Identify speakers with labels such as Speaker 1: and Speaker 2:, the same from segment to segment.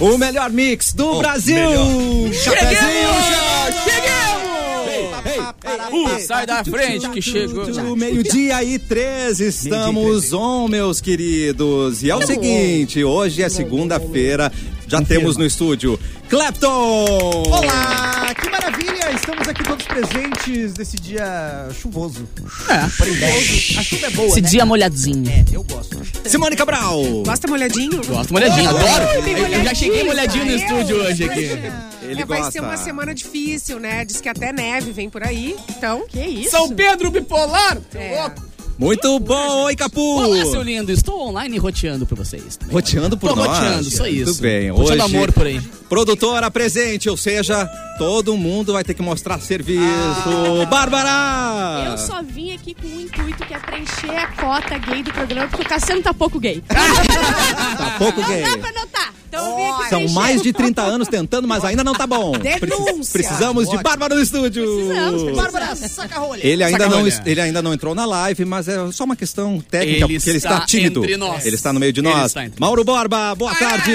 Speaker 1: O melhor mix do Brasil!
Speaker 2: Chegamos!
Speaker 1: Ei, ei,
Speaker 2: Chegamos! Uh, sai da frente que chegou.
Speaker 1: Do meio-dia e três, estamos on, meus queridos. E é o
Speaker 2: Tá
Speaker 1: seguinte, hoje é segunda-feira, já temos no estúdio Clapton!
Speaker 3: Olá, que maravilha! Estamos aqui todos presentes nesse dia chuvoso. Chuvoso. A chuva é boa,
Speaker 4: Esse
Speaker 3: né?
Speaker 4: dia molhadinho.
Speaker 3: É, eu gosto.
Speaker 1: Simone Cabral!
Speaker 5: Gosta molhadinho?
Speaker 2: Gosto molhadinho, adoro.
Speaker 5: bem
Speaker 2: Eu já cheguei molhadinho
Speaker 5: molhadinho,
Speaker 2: no
Speaker 5: eu.
Speaker 2: estúdio hoje aqui.
Speaker 1: Ele
Speaker 5: É, vai ser uma semana difícil, né? Diz que até neve vem por aí. Então, que isso?
Speaker 2: São Pedro Bipolar! seu
Speaker 5: É.
Speaker 2: louco.
Speaker 1: Muito bom, oi Capu!
Speaker 2: Olá, seu lindo. Estou online roteando pra vocês. também.
Speaker 1: Roteando por
Speaker 2: Tô
Speaker 1: nós.
Speaker 2: roteando, só isso.
Speaker 1: Muito bem.
Speaker 2: Roteando
Speaker 1: Hoje-
Speaker 2: amor por aí.
Speaker 1: Produtora presente, ou seja, todo mundo vai ter que mostrar serviço. Bárbara!
Speaker 6: Eu só vim aqui com um intuito que é preencher a cota gay do programa, porque o Cassiano tá pouco gay.
Speaker 1: Tá pouco
Speaker 6: Não
Speaker 1: gay.
Speaker 6: dá pra notar. Então eu vim aqui
Speaker 1: São
Speaker 6: preencher.
Speaker 1: mais de 30 anos tentando, mas ainda não tá bom. Pre-
Speaker 5: Denúncia.
Speaker 1: Precisamos de Bárbara no estúdio.
Speaker 6: Precisamos, precisamos.
Speaker 3: Bárbara, saca rolha.
Speaker 1: Ele ainda, não,
Speaker 2: Sacanagem.
Speaker 1: es- ele ainda não entrou na live, mas é só uma questão técnica,
Speaker 2: Ele
Speaker 1: porque ele está,
Speaker 2: está
Speaker 1: tímido.
Speaker 2: entre nós.
Speaker 1: Ele está no meio de
Speaker 2: Ele
Speaker 1: nós.
Speaker 2: está entre
Speaker 1: Mauro Borba,
Speaker 6: Ah!
Speaker 1: boa tarde!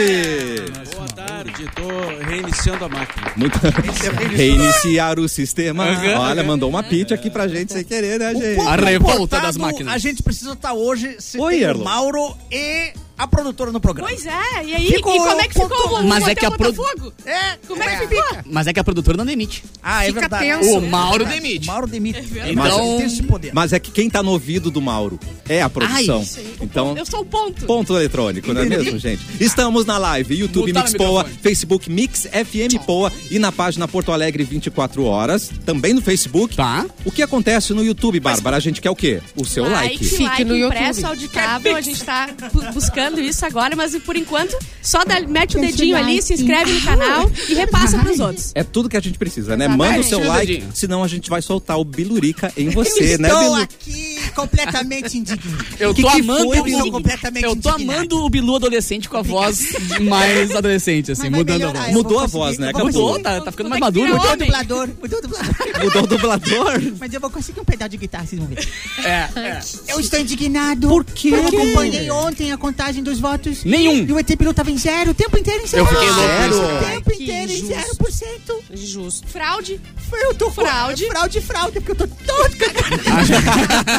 Speaker 7: Boa tarde, tô reiniciando a máquina.
Speaker 1: Muito...
Speaker 2: é
Speaker 1: Reiniciar o sistema. Olha, mandou uma pitch aqui pra gente sem querer, né, gente?
Speaker 2: A revolta das máquinas.
Speaker 3: A gente precisa estar hoje se
Speaker 1: Oi,
Speaker 3: tem o
Speaker 1: Erlon.
Speaker 3: Mauro e a produtora no programa.
Speaker 6: Pois é, e aí?
Speaker 3: Ficou
Speaker 6: e como é que
Speaker 3: ponto-
Speaker 6: ficou o volume
Speaker 2: Mas é
Speaker 6: até
Speaker 2: que a
Speaker 6: o
Speaker 2: produ-
Speaker 6: Botafogo? tá
Speaker 3: É,
Speaker 6: Como é que ficou?
Speaker 2: Mas é que a produtora não demite.
Speaker 3: Ah, é
Speaker 5: Fica
Speaker 3: verdade.
Speaker 5: tenso.
Speaker 2: O Mauro demite. Então,
Speaker 3: Mauro demite.
Speaker 6: É
Speaker 2: verdade.
Speaker 3: Ele tem esse poder.
Speaker 1: Mas é que quem tá no ouvido do Mauro é a produção.
Speaker 2: Ai,
Speaker 1: então,
Speaker 6: Eu sou o ponto.
Speaker 1: ponto eletrônico, não é mesmo, gente? Estamos na live, YouTube
Speaker 2: Mutar
Speaker 1: Mix
Speaker 2: o
Speaker 1: Poa,
Speaker 2: microfone.
Speaker 1: Facebook Mix FM Poa e na página Porto Alegre 24 horas, também no Facebook.
Speaker 2: Tá.
Speaker 1: O que acontece no YouTube, Bárbara? A gente quer o quê? O seu like.
Speaker 6: like,
Speaker 5: Fique no
Speaker 6: impresso,
Speaker 5: YouTube.
Speaker 6: auditável. A gente tá bu- buscando isso agora, mas por enquanto, só dá- mete o dedinho ali, se inscreve no canal e repassa pros outros.
Speaker 1: É tudo que a gente precisa, né? Manda o seu
Speaker 2: Tira o
Speaker 1: like,
Speaker 2: dedinho.
Speaker 1: senão a gente vai soltar o Bilurica em você,
Speaker 3: Eu
Speaker 1: né,
Speaker 3: estou
Speaker 1: Bilu?
Speaker 3: aqui completamente indignado.
Speaker 2: Eu
Speaker 1: Que
Speaker 2: tô
Speaker 1: que
Speaker 2: amando
Speaker 1: foi,
Speaker 2: o
Speaker 1: Bilu?
Speaker 2: Bilu.
Speaker 3: Completamente
Speaker 2: Eu tô
Speaker 3: indignado.
Speaker 2: amando o Bilu adolescente com a voz de mais adolescente, assim,
Speaker 3: Mas vai
Speaker 2: mudando a
Speaker 3: melhorar,
Speaker 2: voz.
Speaker 3: eu vou
Speaker 1: Mudou a
Speaker 3: conseguir,
Speaker 1: voz, né,
Speaker 3: eu vou
Speaker 1: Acabou.
Speaker 2: Mudou,
Speaker 3: conseguir.
Speaker 2: tá, tá ficando mais
Speaker 6: Como é que
Speaker 2: maduro.
Speaker 6: vira
Speaker 3: Mudou o
Speaker 6: Homem.
Speaker 3: dublador. Mudou o dublador.
Speaker 1: Mudou o dublador?
Speaker 3: Mas eu vou conseguir um pedaço de guitarra, vocês vão ver.
Speaker 2: É, é.
Speaker 3: Eu estou indignado. Por quê? Eu acompanhei ontem a contagem dos votos.
Speaker 2: Nenhum.
Speaker 3: E o ET Bilu tava em zero, o tempo inteiro em zero.
Speaker 2: Eu fiquei louco com isso
Speaker 3: O
Speaker 2: também.
Speaker 3: tempo
Speaker 5: Ai, que
Speaker 3: inteiro em
Speaker 5: injusto.
Speaker 3: 0%.
Speaker 5: Justo.
Speaker 6: Fraude.
Speaker 3: Eu tô
Speaker 6: Fraude.
Speaker 3: Com... É Fraude, fraude, porque eu tô todo cagado.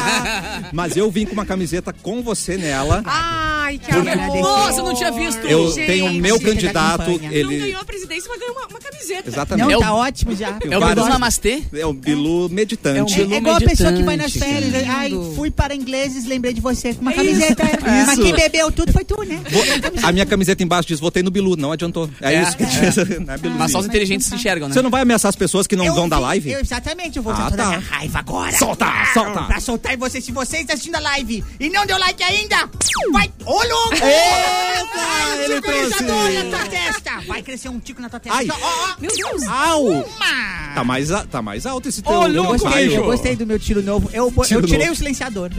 Speaker 1: Mas eu vim com uma camiseta com você nela.
Speaker 5: Ai, que
Speaker 3: Porque-
Speaker 5: amor.
Speaker 2: Nossa, eu não tinha visto.
Speaker 1: Eu
Speaker 5: Gente,
Speaker 1: tenho o meu
Speaker 3: da
Speaker 1: candidato,
Speaker 3: campanha.
Speaker 6: Não
Speaker 1: ele...
Speaker 6: ganhou a presidência, mas ganhou uma, uma camiseta.
Speaker 1: Exatamente.
Speaker 3: Não,
Speaker 2: É o-
Speaker 3: tá ótimo já.
Speaker 2: É o
Speaker 1: Vários-
Speaker 2: Bilu Namastê.
Speaker 1: É o Bilu meditante.
Speaker 2: É um
Speaker 3: É,
Speaker 2: Bilu
Speaker 3: é igual a pessoa
Speaker 2: meditante,
Speaker 3: que vai nas
Speaker 2: cara.
Speaker 3: férias. Ai, fui para ingleses, lembrei de você com uma
Speaker 4: É
Speaker 3: camiseta. Mas
Speaker 1: Isso.
Speaker 3: quem bebeu tudo foi tu, né?
Speaker 1: Vou- a minha camiseta embaixo diz, votei no Bilu, não adiantou. É,
Speaker 2: É,
Speaker 1: isso que
Speaker 2: é.
Speaker 1: diz. Não é Bilu.
Speaker 2: Mas só os inteligentes se enxergam, né?
Speaker 1: Você não vai ameaçar as pessoas que não
Speaker 3: Eu
Speaker 1: vão da
Speaker 3: vi-
Speaker 1: live?
Speaker 3: eu- exatamente, eu vou
Speaker 1: Ah,
Speaker 3: soltar
Speaker 1: tá.
Speaker 3: a minha raiva agora.
Speaker 1: Solta,
Speaker 3: Ah,
Speaker 1: solta.
Speaker 3: Pra soltar em vocês, se vocês estão assistindo a live e não deu like ainda, vai... Ô, louco!
Speaker 1: Eita,
Speaker 3: Ai,
Speaker 1: ele
Speaker 3: pulverizador
Speaker 1: trouxe.
Speaker 3: na tua testa! Vai crescer um tico na tua testa.
Speaker 1: Ai.
Speaker 3: Ó, ó,
Speaker 6: Meu Deus.
Speaker 1: Au!
Speaker 3: uma.
Speaker 1: Tá mais, a- tá mais alto esse teu
Speaker 2: Ô, louco,
Speaker 1: raio.
Speaker 2: queijo.
Speaker 3: Eu gostei do meu tiro novo. Eu, eu
Speaker 1: Tiro
Speaker 3: tirei
Speaker 1: novo.
Speaker 3: o silenciador.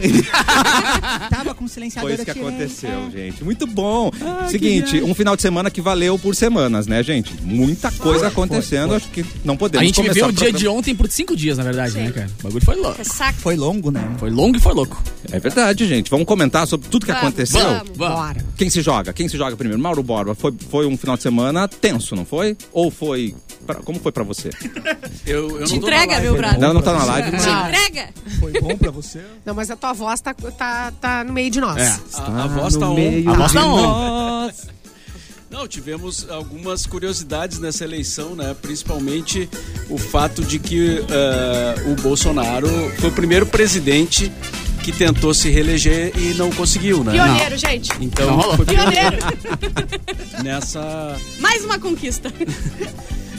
Speaker 3: Tava com o silenciador,
Speaker 1: Foi isso que
Speaker 4: né?
Speaker 3: eu tirei.
Speaker 2: é.
Speaker 1: aconteceu, gente. Muito bom.
Speaker 2: Ah,
Speaker 1: Seguinte, um final de semana que valeu por semanas, né, gente? Muita coisa acontecendo, acho que não podemos
Speaker 2: A gente
Speaker 1: começar
Speaker 2: viveu o
Speaker 1: o
Speaker 2: dia de
Speaker 1: programa-
Speaker 2: ontem por cinco dias, na verdade, né, cara? O bagulho foi louco.
Speaker 6: Saca.
Speaker 3: Foi longo, né?
Speaker 2: Foi longo e foi louco.
Speaker 1: É verdade, gente. Vamos comentar sobre tudo que
Speaker 6: Vamos,
Speaker 1: aconteceu?
Speaker 6: vamos.
Speaker 2: Bora.
Speaker 1: Quem se joga? Quem se joga primeiro? Mauro Borba, foi, foi um final de semana tenso, não foi? Ou foi... pra- como foi pra você?
Speaker 2: Eu, eu
Speaker 6: Te entrega, meu brother.
Speaker 1: Ela não tá na live, mas...
Speaker 6: Te entrega.
Speaker 5: Não, mas a tua voz tá, tá, tá no meio de nós.
Speaker 2: É.
Speaker 7: A, a voz tá on.
Speaker 2: A voz tá on.
Speaker 7: Não, tivemos algumas curiosidades nessa eleição, né? Principalmente o fato de que eh, o Bolsonaro foi o primeiro presidente que tentou se reeleger e não conseguiu, né?
Speaker 6: Pioneiro, gente.
Speaker 2: Não
Speaker 7: Então,
Speaker 2: rolou.
Speaker 7: foi
Speaker 6: Pioneiro.
Speaker 7: nessa
Speaker 6: Mais uma conquista.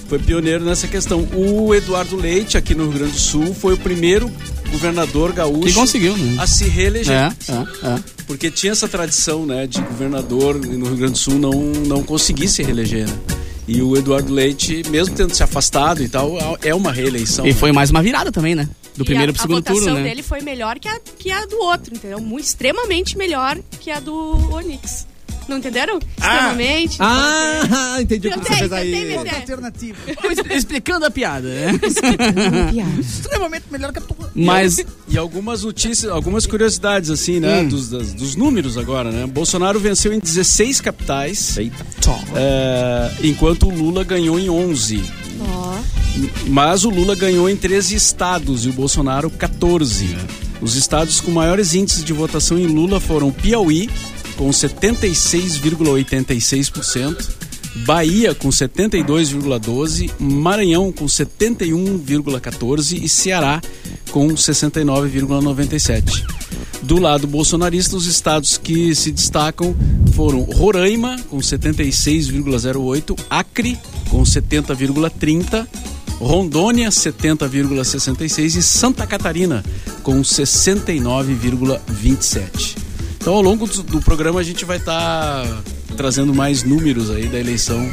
Speaker 7: foi pioneiro nessa questão. O Eduardo Leite, aqui no Rio Grande do Sul, foi o primeiro governador gaúcho
Speaker 2: Que conseguiu, né?
Speaker 7: a se reeleger.
Speaker 2: É, é, é.
Speaker 7: Porque tinha essa tradição, né, de governador no Rio Grande do Sul não, não conseguir se reeleger, né? E o Eduardo Leite, mesmo tendo se afastado e tal, é uma reeleição.
Speaker 2: E foi mais uma virada também, né? Do primeiro
Speaker 6: e a,
Speaker 2: pro segundo
Speaker 6: a votação
Speaker 2: turno, né?
Speaker 6: dele foi melhor que a, que a do outro, entendeu? Mu- extremamente melhor que a do Onix. Não entenderam?
Speaker 1: Ah.
Speaker 6: Extremamente.
Speaker 1: Ah, entendi o que você
Speaker 6: Cantei,
Speaker 1: fez
Speaker 6: cantei
Speaker 1: aí.
Speaker 6: minha
Speaker 4: Outra
Speaker 6: É.
Speaker 4: alternativa.
Speaker 2: Explicando a piada, né?
Speaker 4: Extremamente é melhor que a tua.
Speaker 2: Mas
Speaker 7: E algumas notícias, algumas curiosidades, assim, né?
Speaker 2: Hum.
Speaker 7: Dos, das- dos números agora, né? Bolsonaro venceu em 16 capitais,
Speaker 1: Eita.
Speaker 7: eh, enquanto o Lula ganhou em 11.
Speaker 6: Ó.
Speaker 7: Mas o Lula ganhou em 13 estados e o Bolsonaro 14. né? Os estados com maiores índices de votação em Lula foram Piauí, com 76,86%, Bahia, com 72,12%, Maranhão, com 71,14% e Ceará, com 69,97%. Do lado bolsonarista, os estados que se destacam foram Roraima, com 76,08%, Acre, com 70,30%, Rondônia 70,66 e Santa Catarina com 69,27. Então ao longo do, do programa a gente vai estar trazendo mais números aí da eleição.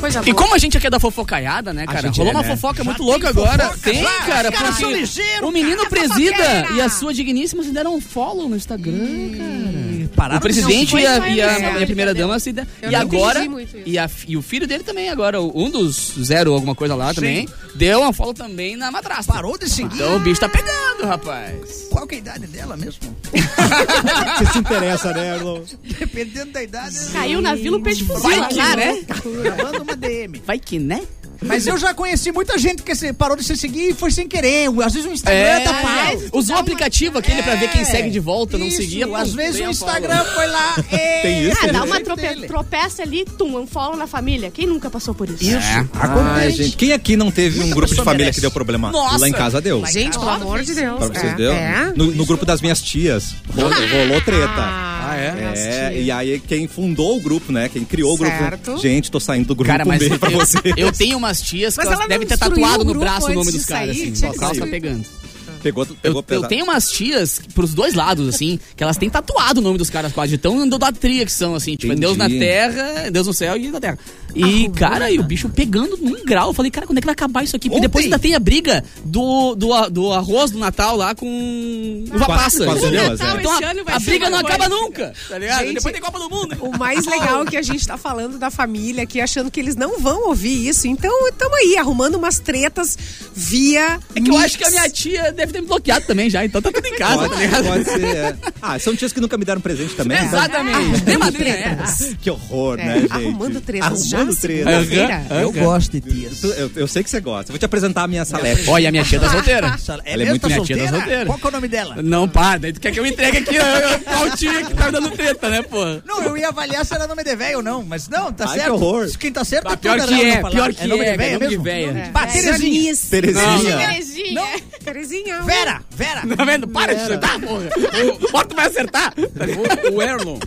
Speaker 6: Coisa
Speaker 2: E
Speaker 6: boa.
Speaker 2: como a gente aqui é da fofocaiada, né, cara?
Speaker 4: gente
Speaker 2: Rolou
Speaker 4: é,
Speaker 2: uma
Speaker 4: né?
Speaker 2: fofoca muito louca agora. Tem, cara,
Speaker 4: Os caras
Speaker 2: porque
Speaker 4: são ligeiros,
Speaker 2: o menino
Speaker 6: cara,
Speaker 2: presida
Speaker 6: fofoqueira.
Speaker 2: e a sua digníssima se deram um follow no Instagram, cara.
Speaker 4: Pararam
Speaker 2: É. o presidente
Speaker 6: não,
Speaker 2: e a,
Speaker 6: foi
Speaker 2: e a-
Speaker 6: só ele,
Speaker 2: e a
Speaker 6: entendeu?
Speaker 2: primeira dama se deram.
Speaker 5: Eu
Speaker 2: E
Speaker 5: não
Speaker 2: agora.
Speaker 5: entendi muito isso.
Speaker 2: E, a- e o filho dele também, agora, um dos zero alguma coisa lá também, deu um follow também na madrasta.
Speaker 4: Parou de seguir.
Speaker 2: Então o bicho tá pegando, rapaz.
Speaker 4: Qual que é a idade dela mesmo?
Speaker 1: Você se interessa, né, Erlon?
Speaker 4: Dependendo da idade.
Speaker 6: Caiu na vila o peixe fuzil,
Speaker 2: Vai que,
Speaker 6: azar,
Speaker 2: né?
Speaker 6: né?
Speaker 4: Manda uma DM.
Speaker 2: Vai que, né?
Speaker 4: Mas eu já conheci muita gente que se- parou de se seguir e foi sem querer. Às vezes o Instagram
Speaker 2: É,
Speaker 4: tá parado.
Speaker 2: usou o aplicativo aquele pra ver
Speaker 5: É.
Speaker 2: quem segue de volta, não
Speaker 4: Isso,
Speaker 2: seguia. pum,
Speaker 4: Às vezes
Speaker 2: dei
Speaker 4: o
Speaker 2: um follow.
Speaker 4: Instagram foi lá. é,
Speaker 1: Tem isso,
Speaker 6: Ah,
Speaker 1: né?
Speaker 6: dá uma
Speaker 4: Dele.
Speaker 6: trope- tropeça ali, tum, um follow na família. Quem nunca passou por isso?
Speaker 1: Ai, gente, quem aqui não teve um grupo de
Speaker 4: pessoa
Speaker 1: família
Speaker 4: merece.
Speaker 1: que deu problema?
Speaker 2: Nossa.
Speaker 1: Lá em casa deu.
Speaker 2: tá
Speaker 5: Gente, pelo amor de Deus.
Speaker 1: Pra vocês
Speaker 5: é,
Speaker 1: deu?
Speaker 5: é.
Speaker 1: No, no grupo das minhas tias. Rolou, rolou treta.
Speaker 5: Ah,
Speaker 1: É,
Speaker 5: minhas tias.
Speaker 1: e aí quem fundou o grupo, né? Quem criou o grupo.
Speaker 5: Certo.
Speaker 1: Gente, tô saindo do grupo
Speaker 2: Cara,
Speaker 1: um
Speaker 2: mas
Speaker 1: beijo
Speaker 2: eu,
Speaker 1: pra você.
Speaker 2: eu tenho umas tias que
Speaker 5: Mas
Speaker 2: elas
Speaker 5: ela não
Speaker 2: devem ter
Speaker 5: destruiu
Speaker 2: tatuado
Speaker 5: o
Speaker 2: no
Speaker 5: grupo
Speaker 2: braço o nome
Speaker 5: antes
Speaker 2: dos
Speaker 5: de
Speaker 2: caras,
Speaker 5: sair?
Speaker 2: assim.
Speaker 5: Tinha
Speaker 2: ó,
Speaker 5: que
Speaker 2: que elas tá
Speaker 5: destruir.
Speaker 2: pegando.
Speaker 1: Pegou,
Speaker 2: Eu,
Speaker 1: pegou
Speaker 2: eu
Speaker 1: pesado.
Speaker 2: tenho umas tias que, pros dois lados, assim, que elas têm tatuado o nome dos caras quase, de tão idolatria que são, assim. Tipo, é Deus na
Speaker 1: Entendi. Ah,
Speaker 2: terra, Deus no céu e na terra. E, cara, e o bicho pegando num grau. Eu falei, cara, quando é que vai acabar isso aqui? Porque depois
Speaker 1: Ontem.
Speaker 2: ainda tem a briga do, do, a- do arroz do Natal lá com uva
Speaker 1: Com a-
Speaker 2: passa.
Speaker 1: com as
Speaker 2: entendeu?
Speaker 1: olheiras,
Speaker 6: é.
Speaker 2: então
Speaker 6: Esse ano
Speaker 2: a,
Speaker 6: vai
Speaker 2: a
Speaker 6: ser
Speaker 2: briga não
Speaker 6: uma
Speaker 2: acaba
Speaker 6: coisa.
Speaker 2: nunca, tá ligado?
Speaker 5: Gente,
Speaker 2: depois tem Copa do Mundo.
Speaker 5: O mais legal é que a gente tá falando da família aqui, achando que eles não vão ouvir isso. Então, estamos aí, arrumando umas tretas via.
Speaker 2: É que eu
Speaker 5: mix.
Speaker 2: acho que a minha tia deve ter me bloqueado também já, então tá tudo em
Speaker 1: um-
Speaker 2: casa, tá ligado?
Speaker 1: Pode, pode ser. é. Ah, são tias que nunca me deram presente também. então-
Speaker 2: Exatamente. Tem madrinha, é.
Speaker 1: Que horror,
Speaker 5: É,
Speaker 1: né, gente?
Speaker 5: arrumando tretas já,
Speaker 1: Arrumando tretas.
Speaker 5: segunda-feira.
Speaker 2: Aham.
Speaker 4: Eu gosto de tias.
Speaker 1: Tu- Eu, eu sei que você gosta. Vou te apresentar a minha salete.
Speaker 2: Olha, a minha tia tá solteira.
Speaker 1: Ela é muito
Speaker 2: minha tia, tá solteira.
Speaker 4: Qual que é o nome dela?
Speaker 2: Não, pá, daí tu quer que eu entregue aqui eu- eu- qual tia que tá me dando treta, né, pô?
Speaker 4: Não, eu ia avaliar se era nome de velho ou não, mas não, tá
Speaker 1: Ai,
Speaker 4: certo.
Speaker 1: que horror.
Speaker 4: Quem tá certo
Speaker 2: Tá,
Speaker 4: é
Speaker 2: pior
Speaker 4: toda,
Speaker 2: que
Speaker 4: né,
Speaker 2: é,
Speaker 4: vamos falar.
Speaker 2: pior que
Speaker 4: é. nome
Speaker 2: é,
Speaker 4: de velho
Speaker 2: é nome de
Speaker 4: mesmo? assim.
Speaker 2: velha.
Speaker 4: Bah, Terezinha.
Speaker 1: Terezinha.
Speaker 6: Terezinha.
Speaker 5: Terezinha.
Speaker 4: Vera, Vera.
Speaker 2: Tá vendo? Para de acertar, porra. Bota tu vai acertar.
Speaker 7: O, o É, Erlon,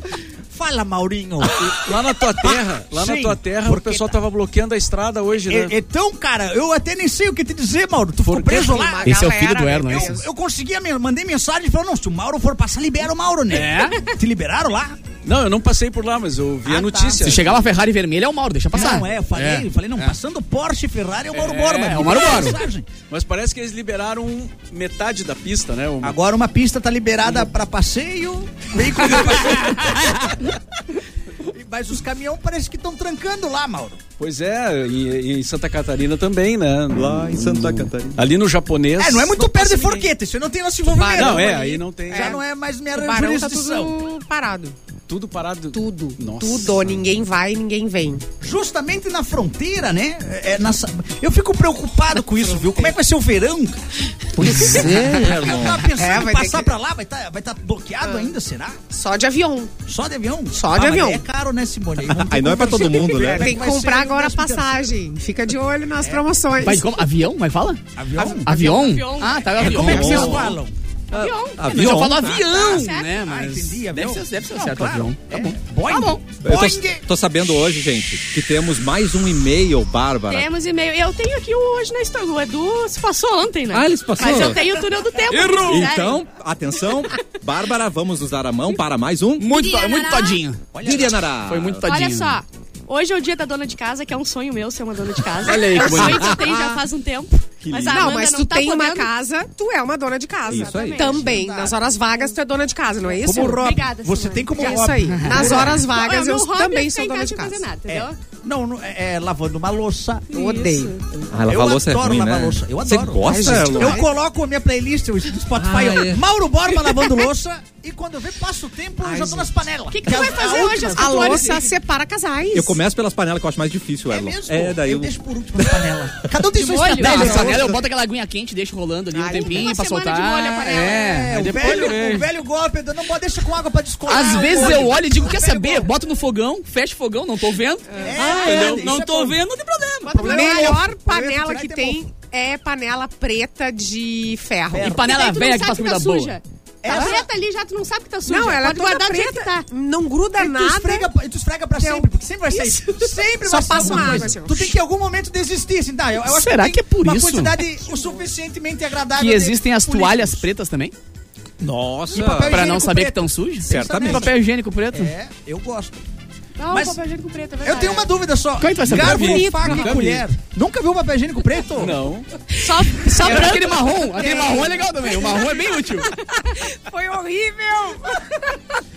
Speaker 4: Fala, Maurinho.
Speaker 7: lá na tua terra, lá na
Speaker 4: Sim,
Speaker 7: tua terra, o
Speaker 4: porque
Speaker 7: pessoal
Speaker 4: tá.
Speaker 7: tava bloqueando a estrada hoje, né?
Speaker 4: E- Então, cara, eu até nem sei o que te dizer, Mauro. Tu ficou
Speaker 7: Por que
Speaker 4: preso
Speaker 7: que
Speaker 4: lá.
Speaker 2: Esse é o filho do Erlon,
Speaker 4: Eu, eu consegui, a minha- mandei mensagem falando, não, se o Mauro for passar, libera o Mauro, né?
Speaker 2: É?
Speaker 4: Te liberaram lá?
Speaker 7: Não, eu não passei por lá, mas eu vi
Speaker 4: Ah,
Speaker 7: a
Speaker 4: tá.
Speaker 7: notícia.
Speaker 2: Se chegar uma Ferrari vermelha, é o Mauro, deixa passar.
Speaker 4: Não, é, eu falei, eu falei, não, passando Porsche, Ferrari é o Mauro
Speaker 2: É,
Speaker 4: Borba.
Speaker 2: é o Mauro Borba.
Speaker 4: Mensagem.
Speaker 7: Mas parece que eles liberaram metade da pista, né? O-
Speaker 4: Agora uma pista tá liberada pra passeio, veículo de passeio. Mas os caminhões parece que estão trancando lá, Mauro.
Speaker 7: Pois é, e, e em Santa Catarina também, né?
Speaker 1: Lá em Santa Catarina.
Speaker 7: Ali no japonês.
Speaker 4: É, não é muito perto
Speaker 7: passa
Speaker 4: de
Speaker 7: ninguém.
Speaker 4: Forqueta, isso aí não tem nosso envolvimento.
Speaker 7: Não, é,
Speaker 4: Ali
Speaker 7: aí não tem.
Speaker 4: Já
Speaker 7: É.
Speaker 4: não é mais minha
Speaker 5: O barão tá
Speaker 4: jurisdição.
Speaker 5: tudo parado.
Speaker 7: Tudo parado.
Speaker 5: Tudo.
Speaker 7: Nossa.
Speaker 5: Tudo. Ninguém vai, ninguém vem.
Speaker 4: Justamente na fronteira, né? É, é, na sa- Eu fico preocupado com isso, viu? Como é que vai ser o verão? cara?
Speaker 2: Pois é.
Speaker 4: Eu tava pensando
Speaker 5: É,
Speaker 4: em
Speaker 5: vai ter
Speaker 4: passar
Speaker 5: que-
Speaker 4: pra lá, vai estar vai tá
Speaker 5: Ah.
Speaker 4: bloqueado ainda, será?
Speaker 5: Só de avião.
Speaker 4: Só de avião?
Speaker 5: Só de
Speaker 4: mas
Speaker 5: avião.
Speaker 4: É caro, né, Simone? Vamos ter
Speaker 1: Aí não é pra todo mundo, né?
Speaker 5: Tem que
Speaker 4: Vai ser um
Speaker 5: comprar
Speaker 4: no
Speaker 5: agora a
Speaker 4: décimo terceiro.
Speaker 5: passagem. Fica de olho nas promoções.
Speaker 2: Mas como? Avião? Mas fala?
Speaker 4: Avião?
Speaker 2: Avião?
Speaker 6: Avião.
Speaker 2: Ah, tá, avião.
Speaker 4: Como é que vocês
Speaker 1: Avião.
Speaker 4: falam?
Speaker 1: Ah,
Speaker 6: Avião.
Speaker 2: Eu já
Speaker 1: Avião.
Speaker 2: falo avião, Ah,
Speaker 6: certo.
Speaker 2: né?
Speaker 4: Ah,
Speaker 2: Mas
Speaker 4: entendi, avião.
Speaker 2: Deve ser, deve ser
Speaker 4: Não,
Speaker 2: certo
Speaker 4: claro.
Speaker 2: avião. Tá
Speaker 4: É.
Speaker 2: bom.
Speaker 4: Boing.
Speaker 6: Tá bom.
Speaker 1: Eu tô,
Speaker 4: Boing.
Speaker 1: tô sabendo hoje, gente, que temos mais um e-mail, Bárbara.
Speaker 6: Temos e-mail. Eu tenho aqui o hoje na história. O Edu se passou ontem, né?
Speaker 1: Ah, ele se passou?
Speaker 6: Mas eu tenho o túnel do tempo. se quiserem.
Speaker 1: Então, atenção, Bárbara, vamos nos dar a mão para mais um.
Speaker 2: Muito, to-
Speaker 6: Guilherme
Speaker 2: muito
Speaker 6: Ará.
Speaker 2: todinho.
Speaker 1: Mirianará.
Speaker 2: Foi muito todinho.
Speaker 6: Olha só. Hoje é o dia da dona de casa, que é um sonho meu ser uma dona de casa.
Speaker 2: Olha aí,
Speaker 6: é
Speaker 2: que
Speaker 6: um sonho
Speaker 2: bonito.
Speaker 6: que eu tenho já faz um tempo.
Speaker 1: Que
Speaker 6: Mas
Speaker 1: lindo.
Speaker 6: a-
Speaker 5: Não,
Speaker 6: Amanda
Speaker 5: mas
Speaker 6: não
Speaker 5: tu
Speaker 6: tá
Speaker 5: tem uma
Speaker 6: podendo? Tá.
Speaker 5: casa, tu é uma dona de casa.
Speaker 1: Isso aí.
Speaker 5: Também. Nas horas vagas, tu é dona de casa, não é isso?
Speaker 4: Como o Rob.
Speaker 6: Obrigada,
Speaker 4: você
Speaker 6: Simone.
Speaker 4: tem como
Speaker 5: É
Speaker 4: Rob.
Speaker 5: isso aí. Nas horas
Speaker 6: Olha,
Speaker 5: vagas,
Speaker 6: meu
Speaker 5: eu
Speaker 6: hobby
Speaker 5: também
Speaker 6: é ficar
Speaker 5: sou
Speaker 6: em
Speaker 5: dona
Speaker 6: casa
Speaker 5: de
Speaker 6: sem fazer
Speaker 5: casa.
Speaker 6: nada,
Speaker 4: É.
Speaker 6: entendeu?
Speaker 4: Não, não, é, é lavando uma louça.
Speaker 5: Eu odeio.
Speaker 1: Ah, lavar
Speaker 4: eu
Speaker 1: louça é
Speaker 4: adoro
Speaker 1: ruim,
Speaker 4: lavar
Speaker 1: né?
Speaker 4: louça. Eu
Speaker 1: Você
Speaker 4: adoro.
Speaker 1: gosta?
Speaker 4: Ai, gente,
Speaker 1: Lu?
Speaker 4: é. eu coloco a minha playlist eu- do Spotify.
Speaker 2: Ah,
Speaker 4: eu-
Speaker 2: é.
Speaker 4: Mauro Borba lavando louça. E quando eu vejo, passo o tempo, eu já tô nas panelas.
Speaker 6: O que, que tu vai fazer hoje? às
Speaker 5: A
Speaker 6: quatro horas?
Speaker 5: louça separa casais.
Speaker 1: Eu começo pelas panelas que eu acho mais difícil,
Speaker 4: É
Speaker 1: Erlon.
Speaker 4: mesmo?
Speaker 1: daí
Speaker 4: eu,
Speaker 1: eu...
Speaker 4: deixo por último a panela. Cada um tem sua
Speaker 6: molho?
Speaker 2: Não,
Speaker 4: estratégia.
Speaker 2: na panela eu boto aquela aguinha quente, deixo rolando ali um
Speaker 5: Ah,
Speaker 6: uma
Speaker 2: tempinho pra
Speaker 6: semana de
Speaker 2: soltar.
Speaker 6: molho a panela.
Speaker 2: é,
Speaker 4: É,
Speaker 2: aí
Speaker 4: o
Speaker 2: depois eu
Speaker 4: velho, o
Speaker 2: vejo.
Speaker 4: velho golpe, eu não bota, deixa com água pra descolar.
Speaker 2: Às
Speaker 4: o
Speaker 2: vezes
Speaker 4: molho.
Speaker 2: eu olho e digo, quer
Speaker 4: Velho
Speaker 2: saber?
Speaker 4: golpe.
Speaker 2: Bota no fogão, fecha o fogão, não tô vendo.
Speaker 4: É,
Speaker 2: Ah,
Speaker 4: é,
Speaker 2: não,
Speaker 4: isso
Speaker 2: não
Speaker 4: é
Speaker 2: tô
Speaker 4: bom.
Speaker 2: vendo, não tem problema.
Speaker 5: A melhor
Speaker 4: Problema é
Speaker 5: panela
Speaker 4: mofo.
Speaker 5: que
Speaker 4: Problema é
Speaker 5: tem é panela preta de ferro.
Speaker 2: E panela
Speaker 6: Daí tu não
Speaker 2: velha que
Speaker 6: sabe
Speaker 2: faz comida
Speaker 6: tá
Speaker 2: boa.
Speaker 6: suja. Tá
Speaker 4: Essa-
Speaker 6: preta ali já, tu não sabe que tá suja.
Speaker 5: Não, ela é
Speaker 6: Pode
Speaker 5: toda
Speaker 6: guardar do jeito
Speaker 5: preta,
Speaker 6: que tá.
Speaker 5: não gruda
Speaker 4: E tu
Speaker 5: nada.
Speaker 4: é esfrega, e tu esfrega pra sempre, porque sempre vai sair. Sempre vai
Speaker 5: Só
Speaker 4: sair
Speaker 5: passa
Speaker 4: alguma
Speaker 5: uma
Speaker 4: coisa.
Speaker 5: água, assim, ó.
Speaker 4: Tu tem que em algum momento desistir, assim, tá? Eu, eu acho
Speaker 2: Será
Speaker 4: tem
Speaker 2: que é por
Speaker 4: uma
Speaker 2: isso?
Speaker 4: quantidade o suficientemente agradável.
Speaker 2: Que
Speaker 4: de
Speaker 2: existem as
Speaker 4: políticos.
Speaker 2: toalhas pretas também,
Speaker 1: Nossa.
Speaker 4: E papel
Speaker 2: pra não
Speaker 4: higiênico
Speaker 2: saber que
Speaker 4: preto.
Speaker 2: estão sujas.
Speaker 1: Certamente.
Speaker 2: Papel higiênico preto.
Speaker 4: É, eu gosto.
Speaker 6: Não,
Speaker 4: Mas-
Speaker 6: papel higiênico preto, é
Speaker 4: Eu
Speaker 6: verdade.
Speaker 4: tenho uma dúvida só.
Speaker 2: Quem vai saber?
Speaker 4: Garfo,
Speaker 7: Nunca vi.
Speaker 4: faca
Speaker 7: Nunca
Speaker 4: e
Speaker 7: vi.
Speaker 4: colher. Nunca viu papel higiênico preto?
Speaker 7: Não.
Speaker 6: Só, só
Speaker 2: Era
Speaker 6: branco.
Speaker 2: aquele marrom, aquele marrom é legal também. O marrom é bem útil.
Speaker 5: Foi horrível.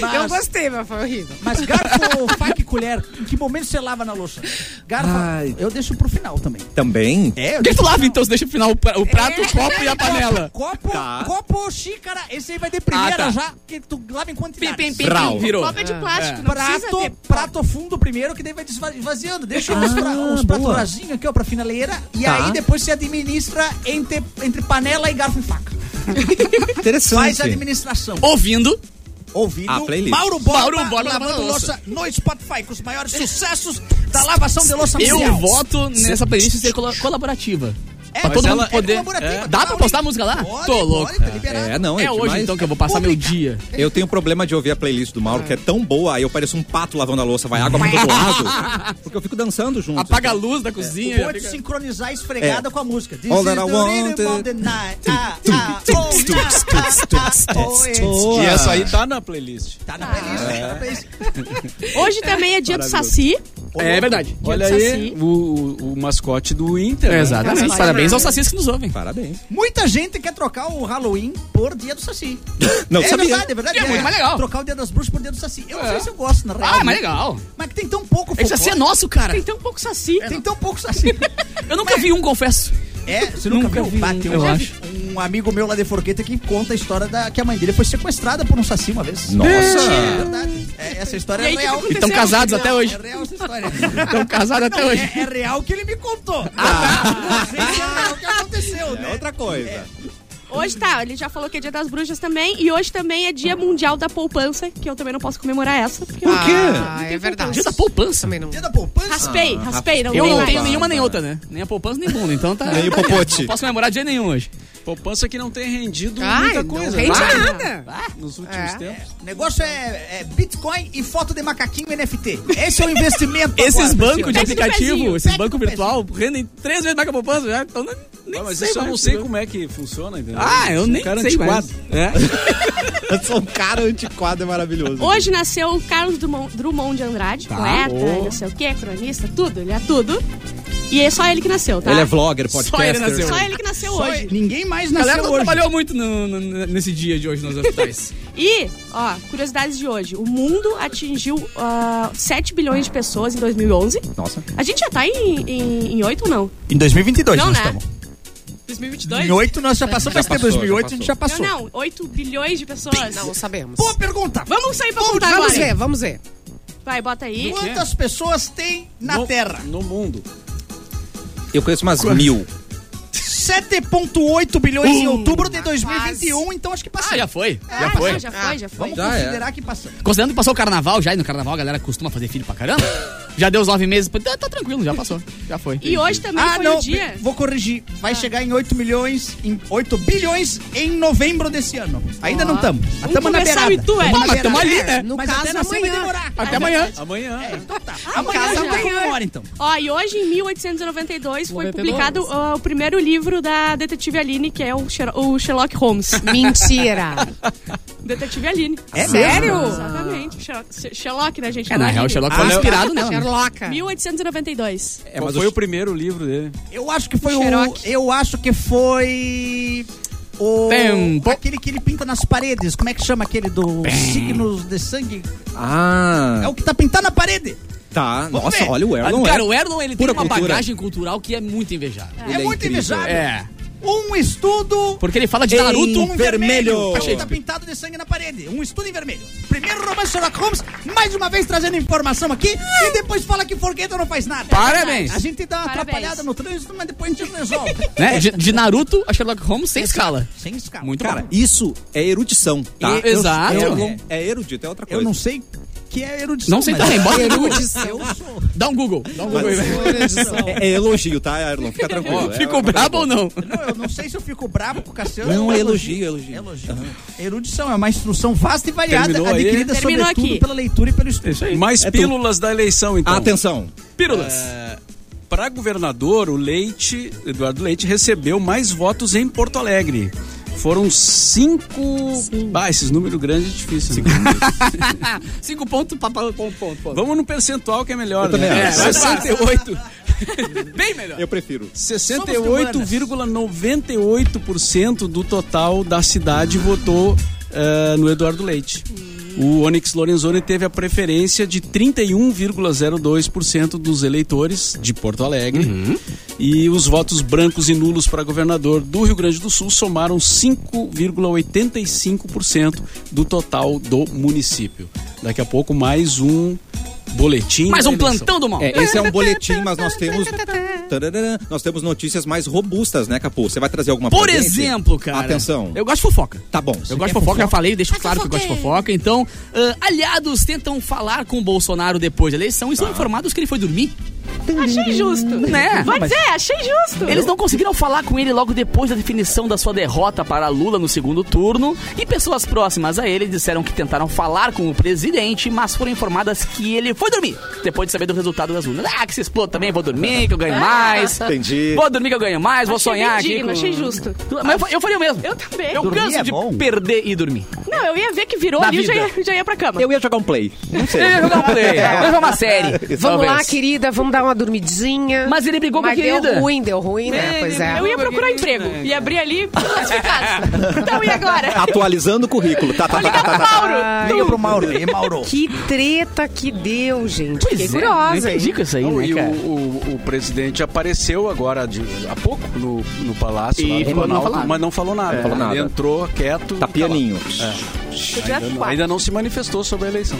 Speaker 4: Mas,
Speaker 5: Eu gostei, mas foi horrível.
Speaker 4: mas garfo, faca e colher, em que momento você lava na louça? Garfo,
Speaker 1: Ai.
Speaker 4: eu deixo pro final também.
Speaker 1: Também?
Speaker 4: É, eu
Speaker 2: Por que tu lava então? Você deixa pro final o pra- o prato, o copo e a panela.
Speaker 4: Copo,
Speaker 1: Tá.
Speaker 4: copo ou xícara, esse aí vai de primeira
Speaker 2: Ah, tá.
Speaker 4: já, porque tu lava em
Speaker 2: Pim,
Speaker 4: quantidade.
Speaker 2: pim, pim,
Speaker 1: Brau.
Speaker 2: pim, virou.
Speaker 6: Copa de
Speaker 4: É.
Speaker 6: plástico, não precisa
Speaker 4: prato,
Speaker 6: ter.
Speaker 4: prato fundo primeiro, que daí vai desva- esvaziando. Deixa uns, pra, uns pratos
Speaker 1: boa.
Speaker 4: rasinhos aqui, ó, pra finaleira. E
Speaker 1: Tá.
Speaker 4: aí depois se administra entre, entre panela e garfo e faca. Faz
Speaker 1: Interessante.
Speaker 4: É. a administração.
Speaker 2: Ouvindo,
Speaker 4: Ouvindo
Speaker 1: A playlist.
Speaker 4: Mauro Borba,
Speaker 2: Mauro Borba
Speaker 4: lavando
Speaker 2: lavando
Speaker 4: louça no Spotify, com os maiores sucessos da lavação de louça
Speaker 2: eu
Speaker 4: mundial.
Speaker 2: voto nessa playlist ser colo- colaborativa. pra todo
Speaker 4: mas
Speaker 2: mundo
Speaker 4: ela-
Speaker 2: poder.
Speaker 4: é colaborativa,
Speaker 2: Dá pra
Speaker 4: totalmente.
Speaker 2: postar a música lá?
Speaker 4: Pode,
Speaker 2: Tô
Speaker 4: pode,
Speaker 2: louco.
Speaker 4: tá liberado.
Speaker 1: É, não, é,
Speaker 2: É hoje
Speaker 1: demais.
Speaker 2: então que eu vou passar meu dia.
Speaker 1: Eu tenho problema de ouvir a playlist do Mauro, que é tão boa, aí eu pareço um pato lavando a louça, vai água pra todo lado. Porque eu fico dançando junto.
Speaker 2: Apaga a luz da
Speaker 4: O
Speaker 2: cozinha.
Speaker 4: bom é tu
Speaker 2: fica-
Speaker 4: sincronizar a esfregada
Speaker 1: É.
Speaker 4: com a música. This
Speaker 1: All
Speaker 4: is
Speaker 1: that I
Speaker 4: the rhythm
Speaker 1: wanted.
Speaker 4: of the night. Ah, ah, oh, yeah. Oh, yeah.
Speaker 1: Boa.
Speaker 7: E essa aí tá na playlist.
Speaker 4: Tá na playlist,
Speaker 1: É,
Speaker 4: tá na playlist.
Speaker 6: Hoje também é dia do saci.
Speaker 2: É verdade.
Speaker 7: Olha
Speaker 6: do
Speaker 7: aí
Speaker 6: Saci.
Speaker 7: o, o- o mascote do Inter. né?
Speaker 2: Exatamente. Parabéns aos sacis que nos ouvem.
Speaker 6: Ah,
Speaker 1: Parabéns.
Speaker 4: Muita gente quer trocar o Halloween por dia do Saci.
Speaker 1: Não
Speaker 4: é
Speaker 1: sabia.
Speaker 4: verdade, é verdade.
Speaker 2: É muito mais legal.
Speaker 4: Trocar o dia das bruxas por dia do Saci. Eu não sei se eu gosto, na real.
Speaker 2: Ah, mas legal.
Speaker 4: Mas que tem tão pouco
Speaker 2: Esse saci é nosso, cara. É.
Speaker 6: Tem tão pouco saci.
Speaker 4: Tem tão pouco Saci.
Speaker 2: Eu nunca vi um, confesso.
Speaker 4: É, você
Speaker 2: Nunca
Speaker 4: nunca, viu?
Speaker 2: vi um,
Speaker 4: Bateu
Speaker 2: eu
Speaker 4: um,
Speaker 2: acho.
Speaker 4: um amigo meu lá de Forqueta que conta a história da que a mãe dele foi sequestrada por um saci uma vez. É
Speaker 1: Nossa.
Speaker 4: verdade. É, essa história
Speaker 6: E aí,
Speaker 4: é
Speaker 6: o que
Speaker 4: real.
Speaker 6: que
Speaker 2: E estão casados até hoje.
Speaker 4: É real essa história.
Speaker 2: Estão casados até hoje.
Speaker 4: É, é real o que ele me contou. Ah, não sei se é real o que aconteceu,
Speaker 1: É
Speaker 4: né?
Speaker 1: outra coisa.
Speaker 6: Hoje tá, ele já falou que é dia das bruxas também. E hoje também é dia mundial da poupança, que eu também não posso comemorar essa. Porque eu
Speaker 1: Por quê?
Speaker 5: Ah, é verdade.
Speaker 2: Dia da poupança.
Speaker 5: Também não.
Speaker 4: Dia da poupança.
Speaker 6: raspei,
Speaker 1: Ah,
Speaker 6: raspei. Não
Speaker 2: Eu
Speaker 6: tem
Speaker 2: não
Speaker 6: mais.
Speaker 2: tenho nenhuma nem outra, né? Nem a poupança, nem bunda. Então tá.
Speaker 1: Nem o popote.
Speaker 2: Não posso comemorar de jeito nenhum hoje.
Speaker 7: Poupança que não tem rendido
Speaker 5: Ai,
Speaker 7: muita
Speaker 5: não
Speaker 7: coisa.
Speaker 5: rende
Speaker 7: né?
Speaker 5: nada.
Speaker 7: Nos últimos
Speaker 5: É.
Speaker 7: tempos.
Speaker 4: O negócio é, é Bitcoin e foto de macaquinho NFT. Esse é o investimento.
Speaker 2: Esses
Speaker 4: agora,
Speaker 2: bancos de
Speaker 4: Cristiano.
Speaker 6: Pega do
Speaker 2: aplicativo,
Speaker 6: pezinho,
Speaker 2: esses
Speaker 4: pega
Speaker 2: bancos
Speaker 4: do
Speaker 2: virtual, rendem três vezes mais que a poupança já. Então nem nem
Speaker 7: Ah, mas
Speaker 2: sei
Speaker 7: isso eu
Speaker 2: mais.
Speaker 7: não sei como é que funciona, entendeu?
Speaker 2: Ah, eu
Speaker 7: Sou um
Speaker 2: nem
Speaker 7: cara
Speaker 2: sei mais.
Speaker 7: antiquado.
Speaker 2: É.
Speaker 1: Eu sou um cara antiquado, é maravilhoso.
Speaker 6: Hoje nasceu o Carlos Drummond, Drummond de Andrade, poeta,
Speaker 2: Oh.
Speaker 6: e não sei o quê, cronista, tudo, ele é tudo. E é só ele que nasceu, tá? É
Speaker 1: Ele é vlogger,
Speaker 2: Só ele
Speaker 1: podcaster.
Speaker 2: nasceu.
Speaker 6: Só ele que nasceu
Speaker 4: Só-
Speaker 6: hoje.
Speaker 4: Ninguém mais
Speaker 2: A galera
Speaker 4: nasceu
Speaker 2: não
Speaker 4: hoje.
Speaker 2: trabalhou muito no- no- nesse dia de hoje nos hospitais.
Speaker 6: E, ó, curiosidades de hoje. O mundo atingiu ah, 7 bilhões de pessoas em 2011.
Speaker 1: Nossa.
Speaker 6: A gente já tá em, em, em 8 ou não?
Speaker 4: Em 2022
Speaker 6: Não,
Speaker 4: nós
Speaker 6: né?
Speaker 4: estamos.
Speaker 6: 2022?
Speaker 4: Em 8 nós já passamos, mas em
Speaker 1: passou, já
Speaker 4: 2008 a gente já
Speaker 6: Não,
Speaker 4: passou.
Speaker 6: não. 8 bilhões de pessoas.
Speaker 5: Não sabemos. Tá,
Speaker 4: Boa pergunta.
Speaker 6: Vamos sair pra contar
Speaker 5: Vamos
Speaker 6: agora.
Speaker 5: ver, vamos ver.
Speaker 6: Vai, bota aí.
Speaker 4: Quantas pessoas tem na
Speaker 7: No-
Speaker 4: Terra?
Speaker 7: No mundo.
Speaker 1: Eu conheço umas mil.
Speaker 4: 7,8 bilhões em outubro de 2021, então acho que
Speaker 2: Ah,
Speaker 4: passou.
Speaker 2: já foi.
Speaker 6: Ah,
Speaker 2: Já foi.
Speaker 6: Já foi, já foi.
Speaker 4: Vamos
Speaker 1: Já
Speaker 4: considerar que passou.
Speaker 2: Considerando que passou o carnaval já, e no carnaval a galera costuma fazer filho pra caramba. Já deu os nove meses. Tá, tá tranquilo, já passou. Já foi.
Speaker 6: E hoje também
Speaker 4: Ah,
Speaker 6: foi
Speaker 4: não,
Speaker 6: o dia... Ah.
Speaker 4: b- vou corrigir. Vai chegar em 8 milhões, em 8 bilhões em novembro desse ano. Ainda não estamos. Mas
Speaker 6: Vamos
Speaker 4: estamos na
Speaker 6: começar
Speaker 4: beirada.
Speaker 6: o Itu, é.
Speaker 4: Tamo na
Speaker 2: Mas
Speaker 4: beirada.
Speaker 2: tamo ali, né?
Speaker 4: É,
Speaker 5: No
Speaker 4: Mas
Speaker 5: caso,
Speaker 4: até nascer vai
Speaker 5: amanhã.
Speaker 4: demorar.
Speaker 2: Até amanhã.
Speaker 7: Amanhã.
Speaker 4: Então tá.
Speaker 2: Amanhã
Speaker 5: casa
Speaker 2: a gente
Speaker 6: é.
Speaker 5: amanhã.
Speaker 2: comemora, então.
Speaker 6: Ó, e hoje, em 1892, foi
Speaker 2: 92.
Speaker 6: publicado ó, o primeiro livro da detetive Aline, que é o, Sher- o Sherlock Holmes.
Speaker 5: Mentira.
Speaker 6: detetive Aline.
Speaker 3: É
Speaker 5: Sério?
Speaker 6: Exatamente. Sher- Sherlock, né, gente?
Speaker 2: Ah. É, na real, o Sherlock foi
Speaker 1: Ah,
Speaker 2: inspirado nela. né?
Speaker 6: Ah.
Speaker 5: Sherlocka.
Speaker 6: 1892.
Speaker 7: É, mas foi o primeiro livro dele?
Speaker 3: Eu acho que foi o.
Speaker 6: Xerox.
Speaker 3: Eu acho que foi. O,
Speaker 2: Tempo.
Speaker 3: aquele que ele pinta nas paredes. Como é que chama aquele do signos de sangue? É
Speaker 1: Ah,
Speaker 3: o que tá pintado na parede.
Speaker 1: tá.
Speaker 3: Vamos
Speaker 1: Nossa,
Speaker 3: ver.
Speaker 1: olha o Erlon.
Speaker 2: Ah, Cara, o Erlon, ele tem
Speaker 1: Pura
Speaker 2: uma
Speaker 1: cultura.
Speaker 2: bagagem cultural que é muito invejável.
Speaker 3: É, muito
Speaker 1: incrível.
Speaker 3: invejável.
Speaker 2: É.
Speaker 3: Um estudo.
Speaker 2: Porque ele fala de
Speaker 1: Em
Speaker 2: Naruto
Speaker 3: em
Speaker 2: um
Speaker 1: vermelho.
Speaker 3: vermelho. Tá pintado de sangue na parede. Um estudo em vermelho. Primeiro romance Sherlock Holmes, mais uma vez trazendo informação aqui. E depois fala que Forgueta não faz nada.
Speaker 2: Parabéns.
Speaker 3: A gente dá uma
Speaker 6: Parabéns.
Speaker 3: atrapalhada no trânsito, mas depois a gente resolve.
Speaker 2: Né? De, de Naruto a Sherlock Holmes sem escala.
Speaker 3: Sem escala.
Speaker 2: Muito
Speaker 1: Cara,
Speaker 2: bom.
Speaker 1: isso é erudição, tá?
Speaker 2: E- Exato.
Speaker 1: Erlon é erudito, é outra
Speaker 3: Eu
Speaker 1: coisa.
Speaker 3: não sei que é erudição.
Speaker 2: Não sei
Speaker 3: mas- é
Speaker 2: também, bota no Google.
Speaker 3: erudição. Eu sou.
Speaker 2: Dá um Google. Dá um Google aí, velho.
Speaker 1: É, é elogio, tá, Erlon? Fica
Speaker 2: Então. Ó,
Speaker 1: tranquilo. É-
Speaker 2: Ficou brabo ou não?
Speaker 3: Não, eu não sei se eu fico bravo com o Cassiano.
Speaker 1: Não,
Speaker 3: ou
Speaker 1: é elogio, é elogio.
Speaker 3: elogio. Erudição é uma instrução vasta e variada,
Speaker 7: Terminou aí?
Speaker 3: adquirida
Speaker 6: Terminou
Speaker 3: sobretudo
Speaker 6: aqui.
Speaker 3: pela leitura e pelo estudo.
Speaker 7: Mais pílulas da eleição, então.
Speaker 1: É, Atenção.
Speaker 2: Pílulas.
Speaker 7: Para governador, o Leite, Eduardo Leite, recebeu mais votos em Porto Alegre. Foram cinco. Ah, esses números grandes é difícil. né?
Speaker 2: Ah, Cinco pontos, papá, ponto, ponto, ponto.
Speaker 7: Vamos no percentual que é melhor.
Speaker 1: Eu também
Speaker 7: né?
Speaker 1: acho.
Speaker 7: É, 68.
Speaker 2: Bem melhor.
Speaker 1: Eu prefiro.
Speaker 7: 68,98% do total da cidade votou eh, no Eduardo Leite. O Onyx Lorenzoni teve a preferência de 31,02% dos eleitores de Porto Alegre.
Speaker 1: Uhum.
Speaker 7: E os votos brancos e nulos para governador do Rio Grande do Sul somaram 5,85% do total do município. Daqui a pouco, mais um boletim.
Speaker 2: Mais
Speaker 7: da
Speaker 2: um
Speaker 7: eleição.
Speaker 2: plantão do mal.
Speaker 1: É, esse é um boletim, mas nós temos. Tararã, Nós temos notícias mais robustas, né, Capu? Você vai trazer alguma
Speaker 2: Por
Speaker 1: pra gente?
Speaker 2: exemplo, cara.
Speaker 1: Atenção.
Speaker 2: Eu gosto de fofoca.
Speaker 1: Tá bom.
Speaker 2: Eu gosto de fofoca, já falei, deixo claro que eu gosto de fofoca. Então, ah, aliados tentam falar com o Bolsonaro depois da eleição e são
Speaker 1: Tá.
Speaker 2: informados que ele foi dormir.
Speaker 6: Achei justo.
Speaker 2: Né?
Speaker 6: Vai dizer, achei justo.
Speaker 2: Eles não conseguiram falar com ele logo depois da definição da sua derrota para Lula no segundo turno. E pessoas próximas a ele disseram que tentaram falar com o presidente, mas foram informadas que ele foi dormir depois de saber do resultado das urnas. Ah, que se exploda também, vou dormir, que eu
Speaker 5: Ah,
Speaker 2: ganho mais.
Speaker 1: Entendi.
Speaker 2: Vou dormir que eu ganho mais, vou
Speaker 6: Achei
Speaker 2: sonhar
Speaker 6: bem
Speaker 2: aqui.
Speaker 6: digno, achei justo.
Speaker 2: Mas eu, eu faria o mesmo.
Speaker 6: Eu também.
Speaker 2: Eu
Speaker 3: Dormir
Speaker 2: canso
Speaker 3: é
Speaker 2: de
Speaker 3: bom.
Speaker 2: perder e dormir.
Speaker 6: Não, eu ia ver que virou
Speaker 2: Da
Speaker 6: ali e já,
Speaker 2: vida.
Speaker 6: ia- já ia pra cama.
Speaker 1: Eu ia jogar um play. Não sei.
Speaker 2: Eu ia jogar um play, eu ia jogar uma série.
Speaker 5: Vamos lá,
Speaker 2: talvez.
Speaker 5: querida, vamos dar uma dormidinha.
Speaker 2: Mas ele brigou com a
Speaker 5: Mas deu
Speaker 2: querida.
Speaker 5: ruim, deu ruim,
Speaker 2: É,
Speaker 5: né? Pois é.
Speaker 6: Eu ia procurar emprego. E abrir ali classificados. Então e agora?
Speaker 1: Atualizando o currículo. Tá, tá, tá, tá, tá, tá.
Speaker 3: Ah, Liga pro Mauro. E Mauro.
Speaker 5: Que treta que deu, gente. Fiquei
Speaker 2: Pois é, não
Speaker 5: curiosa,
Speaker 2: entendi
Speaker 5: hein?
Speaker 2: com isso aí,
Speaker 7: Não,
Speaker 2: né,
Speaker 7: e
Speaker 2: cara?
Speaker 7: o, o- o presidente apareceu agora de- há pouco no, no palácio,
Speaker 2: E
Speaker 7: lá no
Speaker 2: falou- não É.
Speaker 7: Planalto,
Speaker 2: falou nada.
Speaker 7: mas não falou nada.
Speaker 1: falou nada.
Speaker 7: Ele entrou quieto.
Speaker 1: Tá pianinho.
Speaker 2: É.
Speaker 6: Podia
Speaker 7: Ainda não,
Speaker 6: atuar.
Speaker 7: ainda não se manifestou sobre a eleição.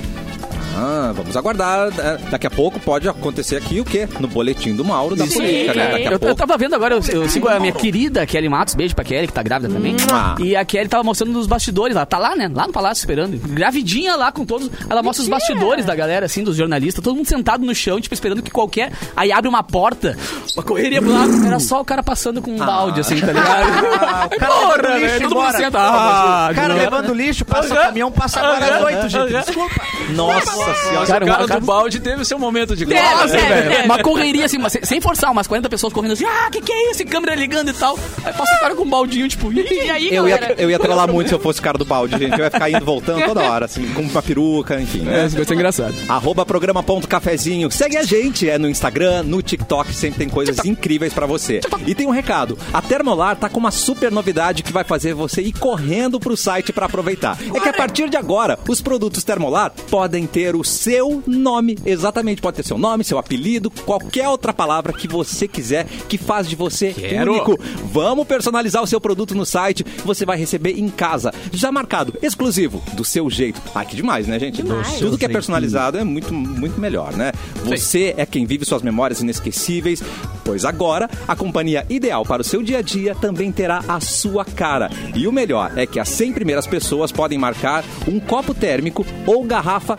Speaker 1: Ah, vamos aguardar. É, Daqui a pouco pode acontecer aqui o quê? No boletim do Mauro da
Speaker 6: Sim.
Speaker 1: política, né? Daqui a
Speaker 2: Eu, eu
Speaker 1: pouco.
Speaker 2: tava vendo agora, eu, eu sigo a minha querida Kelly Matos, beijo pra Kelly, que tá grávida também.
Speaker 1: Mua.
Speaker 2: E a Kelly tava mostrando nos bastidores lá, tá lá, né? Lá no palácio esperando. Gravidinha lá com todos. Ela mostra os bastidores da galera, assim, dos jornalistas, todo mundo sentado no chão, tipo, esperando que qualquer. Aí abre uma porta, uma correria pro lado. Era só o cara passando com um
Speaker 1: Ah.
Speaker 2: balde, assim, tá ligado?
Speaker 3: O cara levando
Speaker 2: Porra,
Speaker 3: lixo
Speaker 2: velho, todo mundo
Speaker 3: embora.
Speaker 2: senta. Ah,
Speaker 3: O cara
Speaker 2: não.
Speaker 3: levando lixo, passa o caminhão, passa agora às oito, gente. Desculpa.
Speaker 1: Nossa senhora.
Speaker 2: Cara,
Speaker 7: o cara
Speaker 2: o cara-
Speaker 7: do balde teve o seu momento de
Speaker 2: Sério,
Speaker 7: glória.
Speaker 2: sério, sério. Uma correria assim, mas sem- sem forçar, umas 40 pessoas correndo assim, ah, que que é isso? E câmera ligando e tal. Aí passa o cara com um baldinho, tipo, e aí,
Speaker 6: E aí,
Speaker 1: Eu
Speaker 6: galera?
Speaker 1: ia, eu ia trelar muito se eu fosse o cara do balde, gente. Eu ia ficar indo e voltando toda hora, assim, com uma peruca, enfim. né?
Speaker 2: vai ser engraçado.
Speaker 1: Arroba programa.cafezinho. Segue a gente, é no Instagram, no TikTok, sempre tem coisas incríveis pra você. E tem um recado: a Termolar tá com uma super novidade que vai fazer você ir correndo pro site pra aproveitar. É que a partir de agora, os produtos Termolar podem ter o seu nome, exatamente, pode ter seu nome, seu apelido, qualquer outra palavra que você quiser que faz de você
Speaker 2: Quero.
Speaker 1: único. Vamos personalizar o seu produto no site, você vai receber em casa, já Tá marcado, exclusivo, do seu jeito. Ai, que demais, né, gente? Tudo que é personalizado é muito, muito melhor, né? Você é quem vive suas memórias inesquecíveis. Pois agora, a companhia ideal para o seu dia a dia também terá a sua cara. E o melhor é que as 100 primeiras pessoas podem marcar um copo térmico ou garrafa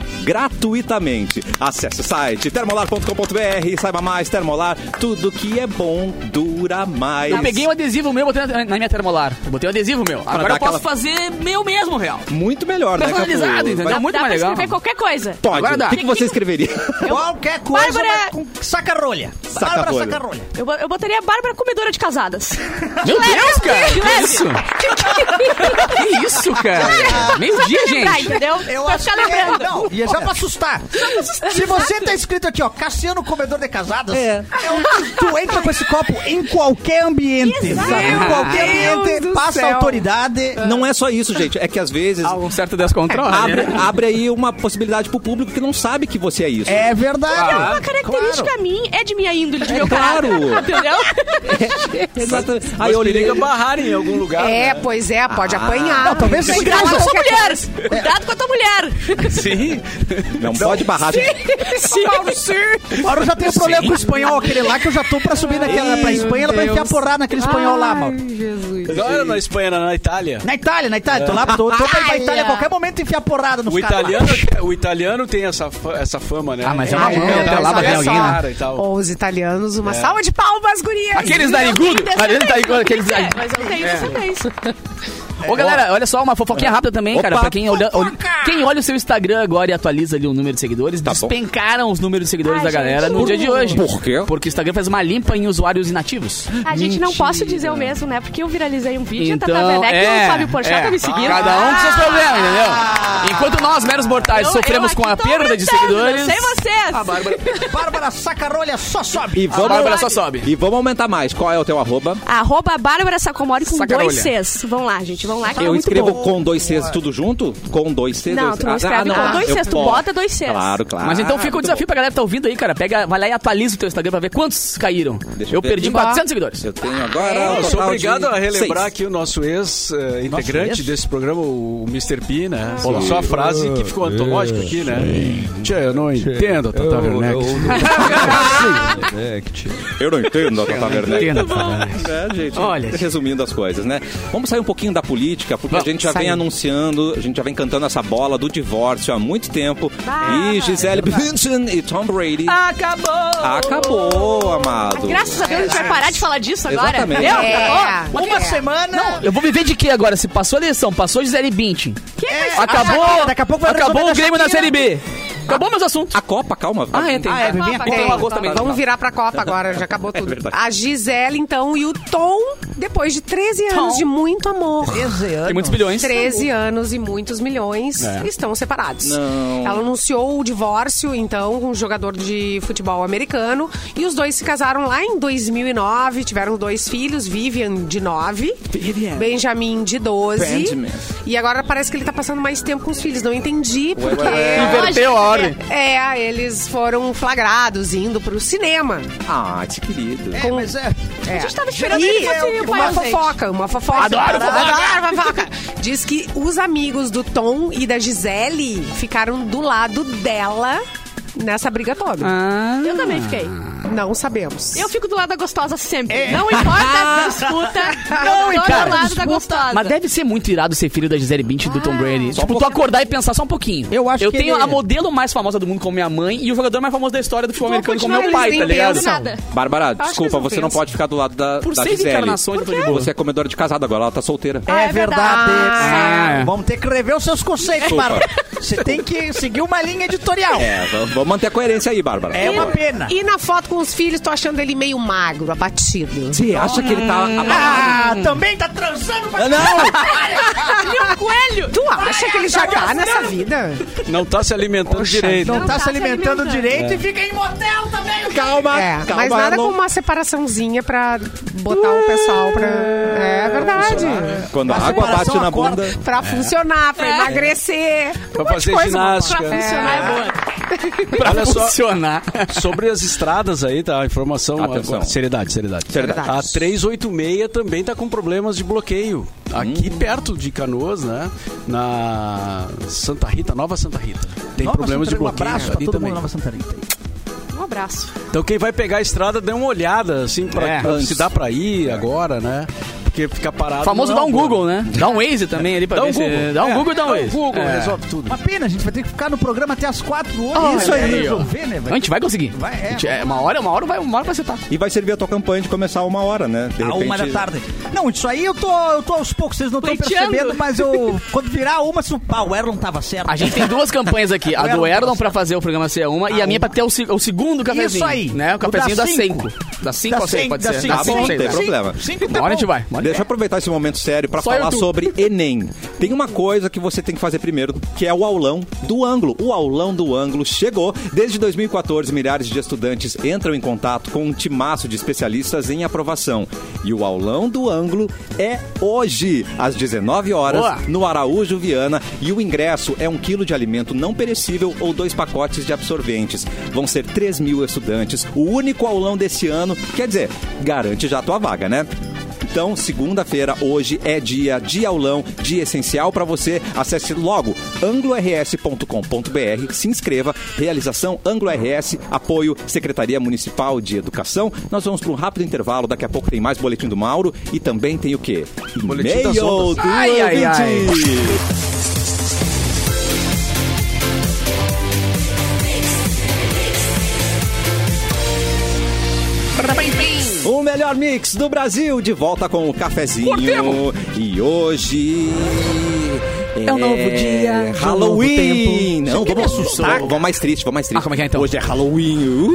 Speaker 1: gratuitamente. Acesse o site termolar.com.br e saiba mais, Termolar, tudo que é bom dura mais.
Speaker 2: Eu peguei um adesivo meu, botei na, na minha termolar. Eu botei um adesivo meu. Agora
Speaker 1: dar
Speaker 2: eu posso
Speaker 1: aquela-
Speaker 2: fazer meu mesmo, real.
Speaker 1: Muito melhor, né,
Speaker 2: Personalizado,
Speaker 1: Capu?
Speaker 2: entendeu?
Speaker 1: Vai-
Speaker 2: É muito
Speaker 6: Dá
Speaker 2: mais
Speaker 6: pra
Speaker 2: legal.
Speaker 6: escrever qualquer coisa.
Speaker 2: Agora
Speaker 1: Pode.
Speaker 2: dá.
Speaker 1: O que, que você escreveria?
Speaker 4: Qualquer coisa
Speaker 6: Bárbara-
Speaker 4: mas com sacarolha. Bárbara
Speaker 1: Sacarolha.
Speaker 4: sacarolha.
Speaker 6: Eu, bo- eu botaria a Bárbara comedora de casadas.
Speaker 2: Meu Deus, cara!
Speaker 6: De
Speaker 2: Que
Speaker 6: leve. é
Speaker 2: isso? Que isso, cara? Meio dia,
Speaker 6: Lembrar,
Speaker 2: gente.
Speaker 6: entendeu? pra ficar lembrando.
Speaker 4: É, não, e é só pra assustar. Se você tá escrito aqui, ó, Cassiano Comedor de Casadas, é. um- tu entra com esse copo em qualquer ambiente. sabe? Em qualquer
Speaker 5: Deus
Speaker 4: ambiente,
Speaker 5: do
Speaker 4: passa
Speaker 5: céu.
Speaker 4: autoridade.
Speaker 1: Não é só isso, gente. É que às vezes
Speaker 2: Um certo descontrole.
Speaker 1: abre,
Speaker 2: né?
Speaker 1: abre aí uma possibilidade pro público que não sabe que você é isso.
Speaker 4: É verdade.
Speaker 6: É uma característica
Speaker 4: Claro.
Speaker 6: minha, é de minha índole, de meu
Speaker 1: claro. É,
Speaker 6: caráter. Entendeu?
Speaker 1: Exatamente. Aí
Speaker 7: Aí
Speaker 1: eu olhei.
Speaker 7: barrar em algum lugar.
Speaker 5: É,
Speaker 7: né?
Speaker 5: pois é, pode apanhar.
Speaker 4: Não, talvez
Speaker 5: Tem que
Speaker 4: seja-
Speaker 5: falar
Speaker 6: Cuidado com a tua
Speaker 5: qualquer coisa.
Speaker 6: mulher. Cuidado com a tua mulher.
Speaker 7: Sim.
Speaker 1: Não pode barrar. gente.
Speaker 4: Agora eu já tenho problema com o espanhol aquele lá que eu já tô pra subir naquela, pra Espanha, ela vai enfiar porrada naquele espanhol lá, mal.
Speaker 7: Não era na Espanha, era na Itália.
Speaker 4: Na Itália, na Itália, tô lá, tô, tô pra ir pra Itália a qualquer momento enfiar porrada no
Speaker 7: O italiano, o italiano tem essa, fa- essa fama, né?
Speaker 2: Ah, mas é uma
Speaker 5: Ah,
Speaker 7: de
Speaker 2: boa,
Speaker 5: é,
Speaker 7: cantar
Speaker 2: tá lá,
Speaker 5: mas olha
Speaker 7: na
Speaker 2: Babriel, né?
Speaker 7: cara e
Speaker 5: só.
Speaker 7: tal.
Speaker 5: Ó, Os italianos, uma salva de palmas, gurias.
Speaker 2: Aqueles
Speaker 6: Eu
Speaker 2: narigudos.
Speaker 6: tenho
Speaker 2: Aqueles narigudos, tá aqueles
Speaker 6: descendência,
Speaker 2: narigudos.
Speaker 6: Mas eu tenho descendência.
Speaker 2: Ô, galera, olha só, uma fofoquinha rápida também, cara.
Speaker 1: Opa,
Speaker 2: Pra quem olha, olha- quem olha o seu Instagram agora e atualiza ali o número de seguidores,
Speaker 1: bom.
Speaker 2: despencaram os números de seguidores
Speaker 6: Ai,
Speaker 2: da galera
Speaker 6: gente.
Speaker 2: no dia de hoje.
Speaker 1: Por quê?
Speaker 2: Porque o Instagram fez uma limpa em usuários inativos.
Speaker 6: A gente não posso dizer o mesmo, né? Porque eu viralizei um vídeo, então, a Tata
Speaker 2: Então,
Speaker 6: Werneck e
Speaker 2: é,
Speaker 6: o Fábio Porchat
Speaker 2: é.
Speaker 6: tá me seguindo. Ah!
Speaker 2: Cada um com seus problemas, entendeu? Enquanto nós, meros mortais,
Speaker 6: Eu-
Speaker 2: sofremos
Speaker 6: eu
Speaker 2: com a
Speaker 6: aqui tô
Speaker 2: perda de
Speaker 6: aumentando,
Speaker 2: seguidores, Ah,
Speaker 6: Sem vocês.
Speaker 4: Bárbara Sacarolha só sobe.
Speaker 1: E
Speaker 2: a Bárbara
Speaker 1: vamos,
Speaker 2: só sobe.
Speaker 1: e vamos aumentar mais. Qual é o teu arroba?
Speaker 6: Arroba Bárbara Sacomori com
Speaker 2: Sacarolha.
Speaker 6: dois Cs. Vão lá, gente. Vão lá que tá
Speaker 1: Eu
Speaker 6: muito
Speaker 1: escrevo
Speaker 6: bom.
Speaker 1: com dois Cs tudo junto? Com dois Cs?
Speaker 6: Não,
Speaker 1: dois-
Speaker 6: tu não escreve
Speaker 2: Ah,
Speaker 6: com dois
Speaker 1: eu
Speaker 6: Cs, tu
Speaker 1: posso.
Speaker 6: bota dois Cs.
Speaker 1: Claro, claro.
Speaker 2: Mas então fica o
Speaker 1: Muito
Speaker 2: desafio pra galera que tá ouvindo aí, cara. Pega, vai lá e atualiza o teu Instagram pra ver quantos caíram.
Speaker 1: Deixa eu
Speaker 2: eu
Speaker 1: ver
Speaker 2: perdi
Speaker 1: aqui.
Speaker 2: 400 seguidores.
Speaker 1: bom. Eu tenho agora.
Speaker 2: É,
Speaker 1: um
Speaker 7: É, Eu sou
Speaker 1: total
Speaker 7: obrigado
Speaker 1: de
Speaker 7: a relembrar
Speaker 1: seis.
Speaker 7: aqui o nosso ex-integrante
Speaker 4: ex?
Speaker 7: desse programa, o Mr. P, né? Olha só a frase que ficou antológica aqui, né? Tchê, eu não entendo, Tata Werneck.
Speaker 1: Eu não entendo a Tata Werneck.
Speaker 2: Entendo, cara.
Speaker 1: É, gente,
Speaker 2: Olha.
Speaker 1: Resumindo as coisas, né? Vamos sair um pouquinho da política, porque a gente já vem anunciando, a gente já vem cantando essa bola do divórcio há muito tempo. e Gisele Bündchen e Tom Brady.
Speaker 4: Ah,
Speaker 1: Acabou!
Speaker 4: oh,
Speaker 1: Acabou, amado.
Speaker 6: Graças a Deus a gente vai parar de falar disso agora.
Speaker 1: Exatamente.
Speaker 6: Entendeu?
Speaker 5: É.
Speaker 6: Acabou?
Speaker 4: Uma semana.
Speaker 2: Eu vou viver de quê agora? Se passou a eleição, passou Gisele Bündchen.
Speaker 4: É, a
Speaker 2: Acabou,
Speaker 4: Shakira, daqui a pouco vai
Speaker 2: acabou
Speaker 4: resolver
Speaker 2: o Grêmio
Speaker 4: da
Speaker 2: na Série
Speaker 4: Shakira.
Speaker 2: B. Acabou meus assuntos.
Speaker 1: A Copa, calma.
Speaker 2: Ah, é, tem.
Speaker 4: Ah, é, bebinha?
Speaker 2: Tem.
Speaker 5: Tem. Tá,
Speaker 2: Tem. Agosto também. né?
Speaker 5: Vamos virar pra Copa agora, já acabou tudo.
Speaker 1: verdade.
Speaker 5: a Gisele, então, e o Tom, depois de 13 anos de muito amor.
Speaker 4: 13 anos.
Speaker 2: Tem muitos bilhões.
Speaker 5: 13 anos e muitos milhões estão separados.
Speaker 1: Não.
Speaker 5: Ela anunciou o divórcio, então, com um jogador de futebol americano. E os dois se casaram lá em 2009, tiveram dois filhos, Vivian, de 9, Benjamin, de 12.
Speaker 1: Benjamin.
Speaker 5: E agora parece que ele tá passando mais tempo com os filhos. Não entendi, porque...
Speaker 2: Inverteu a ordem.
Speaker 5: É, eles foram flagrados indo pro cinema.
Speaker 1: Ah, que querido.
Speaker 4: É, mas é.
Speaker 5: É.
Speaker 6: A gente tava esperando
Speaker 5: E é
Speaker 6: ele fosse
Speaker 5: uma
Speaker 6: pai, gente.
Speaker 5: fofoca, uma fofoca.
Speaker 2: Adoro fofoca.
Speaker 5: Adoro fofoca. Diz que os amigos do Tom e da Gisele ficaram do lado dela nessa briga toda.
Speaker 6: Eu também fiquei.
Speaker 2: Ah.
Speaker 5: Não sabemos.
Speaker 6: Eu fico do lado da gostosa sempre.
Speaker 2: É.
Speaker 6: Não importa a disputa, não, eu tô
Speaker 2: cara,
Speaker 6: do lado da gostosa.
Speaker 2: Mas deve ser muito irado ser filho da Gisele Bündchen e do Tom Brady.
Speaker 1: Só um
Speaker 2: tipo, tu
Speaker 1: pouquinho.
Speaker 2: acordar e pensar só um pouquinho.
Speaker 4: Ah. Eu acho
Speaker 2: Eu
Speaker 4: que
Speaker 2: tenho
Speaker 4: ele-
Speaker 2: a modelo mais famosa do mundo como minha mãe e o jogador mais famoso da história do futebol
Speaker 4: Então
Speaker 2: americano como meu
Speaker 5: continuar,
Speaker 2: pai,
Speaker 5: eles
Speaker 2: tá
Speaker 5: nem
Speaker 2: ligado?
Speaker 5: pensam
Speaker 6: nada.
Speaker 1: Bárbara,
Speaker 5: que
Speaker 1: desculpa,
Speaker 5: eles não
Speaker 1: você não
Speaker 5: pensam.
Speaker 1: pode ficar do lado da,
Speaker 2: Por
Speaker 1: da
Speaker 2: seis
Speaker 1: Gisele.
Speaker 2: encarnações, eu tô de boa.
Speaker 1: Você é comedora de casado agora, ela tá solteira.
Speaker 4: É,
Speaker 5: É verdade.
Speaker 4: verdade.
Speaker 2: Ah.
Speaker 4: Vamos ter que rever os seus conceitos,
Speaker 1: Desculpa.
Speaker 4: Bárbara. Você tem que seguir uma linha editorial. É,
Speaker 1: É, v- vamos manter a coerência aí, Bárbara.
Speaker 4: uma pena.
Speaker 5: E na foto com os filhos, tô achando ele meio magro, abatido.
Speaker 1: Você acha que ele tá abalado?
Speaker 4: Ah, também tá transando pra
Speaker 1: Não!
Speaker 5: Tu acha que ele já tá nessa vida?
Speaker 7: Não tá se alimentando direito.
Speaker 4: Não, tá,
Speaker 6: tá
Speaker 4: se
Speaker 6: se
Speaker 4: alimentando
Speaker 6: alimentando.
Speaker 4: direito e fica em motel também.
Speaker 1: Calma,
Speaker 5: É,
Speaker 1: calma.
Speaker 5: mas nada
Speaker 1: Elon.
Speaker 5: como uma separaçãozinha pra botar o pessoal pra... É verdade.
Speaker 1: Quando a
Speaker 4: Mas
Speaker 1: água
Speaker 4: separação
Speaker 1: bate na
Speaker 4: acorda.
Speaker 1: bunda.
Speaker 5: Pra funcionar,
Speaker 6: É.
Speaker 5: pra emagrecer.
Speaker 7: Pra
Speaker 5: um monte de
Speaker 7: fazer
Speaker 5: coisa.
Speaker 7: ginástica.
Speaker 6: Funcionar é boa.
Speaker 2: Pra
Speaker 7: Olha só.
Speaker 2: funcionar.
Speaker 7: Sobre as estradas aí, tá? A informação.
Speaker 1: Atenção.
Speaker 7: Agora, seriedade, seriedade.
Speaker 1: Seriedade.
Speaker 7: A 386 também tá com problemas de bloqueio. Aqui
Speaker 1: Hum.
Speaker 7: perto de Canoas, né? Na Santa Rita, Nova Santa Rita. Tem
Speaker 4: Nova Santarém,
Speaker 7: problemas de bloqueio
Speaker 4: Um abraço pra
Speaker 7: ali
Speaker 4: todo
Speaker 7: também.
Speaker 4: mundo Nova Santarém.
Speaker 6: É. Um abraço.
Speaker 7: Então quem vai pegar a estrada, dê uma olhada, assim, pra,
Speaker 2: É,
Speaker 7: pra-
Speaker 2: antes.
Speaker 7: se dá pra ir agora, né? Porque ficar parado...
Speaker 2: O famoso
Speaker 7: não
Speaker 2: dá
Speaker 7: é
Speaker 2: um
Speaker 7: boa.
Speaker 2: Google, né? Dá um Waze também ali pra
Speaker 7: Dá um
Speaker 2: ver
Speaker 7: Google.
Speaker 2: se... Dá um
Speaker 7: É,
Speaker 2: Google e dá um Waze.
Speaker 7: Google,
Speaker 2: É.
Speaker 7: resolve tudo.
Speaker 4: Uma pena, a gente vai ter que ficar no programa até as quatro horas.
Speaker 1: Isso
Speaker 4: né,
Speaker 1: aí, ó.
Speaker 4: resolver, né,
Speaker 2: Não, a
Speaker 4: velho?
Speaker 2: gente vai conseguir.
Speaker 4: Vai, é,
Speaker 2: A gente- é, uma hora, uma hora vai, uma hora vai acertar.
Speaker 1: E vai servir a tua campanha de começar uma hora, né? De
Speaker 4: A
Speaker 1: repente...
Speaker 4: uma da tarde. Não, isso aí eu tô, eu tô aos poucos, vocês não estão
Speaker 6: Pleiteando.
Speaker 4: percebendo, mas eu. Quando virar uma, se o pá, o Erlon tava certo.
Speaker 2: A gente tem duas campanhas aqui. A do Erlon pra fazer o programa ser uma e a minha pra ter o, se- o segundo cafezinho.
Speaker 4: Ah, Isso aí.
Speaker 2: Né? O cafezinho
Speaker 4: O da
Speaker 2: das
Speaker 4: cinco.
Speaker 2: 5. Das 5
Speaker 4: Da
Speaker 2: às 6,
Speaker 4: cinco,
Speaker 2: pode
Speaker 4: da
Speaker 2: ser. Tá
Speaker 4: cinco às
Speaker 2: Das 5
Speaker 1: seis,
Speaker 2: às 6.
Speaker 1: Tá tem problema.
Speaker 4: Cinco
Speaker 2: Uma hora a gente vai. uma hora a gente
Speaker 1: Deixa eu aproveitar esse momento sério para
Speaker 2: Só
Speaker 1: falar
Speaker 2: eu tu.
Speaker 1: sobre Enem. Tem uma coisa que você tem que fazer primeiro, que é o aulão do ângulo. O aulão do ângulo chegou. Desde 2014, milhares de estudantes entram em contato com um timaço de especialistas em aprovação. E o aulão do ângulo é hoje, às 19 horas,
Speaker 2: Boa.
Speaker 1: no Araújo Viana. E o ingresso é um quilo de alimento não perecível ou dois pacotes de absorventes. Vão ser 3 mil estudantes. O único aulão desse ano. Quer dizer, garante já a tua vaga, né? Então, segunda-feira, hoje é dia de aulão, dia essencial para você. Acesse logo anglors.com.br, se inscreva. Realização Anglo RS, apoio Secretaria Municipal de Educação. Nós vamos para um rápido intervalo, daqui a pouco tem mais boletim do Mauro e também tem o quê?
Speaker 7: Boletim das
Speaker 1: E-mail
Speaker 7: ondas.
Speaker 1: do
Speaker 2: Ai, ai, ai.
Speaker 1: ouvinte. O melhor mix do Brasil de volta com o cafezinho. E hoje é,
Speaker 2: um novo dia,
Speaker 1: Halloween.
Speaker 2: um novo tempo.
Speaker 1: Não,
Speaker 2: Você quer me
Speaker 1: vamos,
Speaker 2: assustar,
Speaker 1: vamos, vamos mais triste, vamos mais triste.
Speaker 2: Ah, como é que é, então?
Speaker 1: Hoje é Halloween.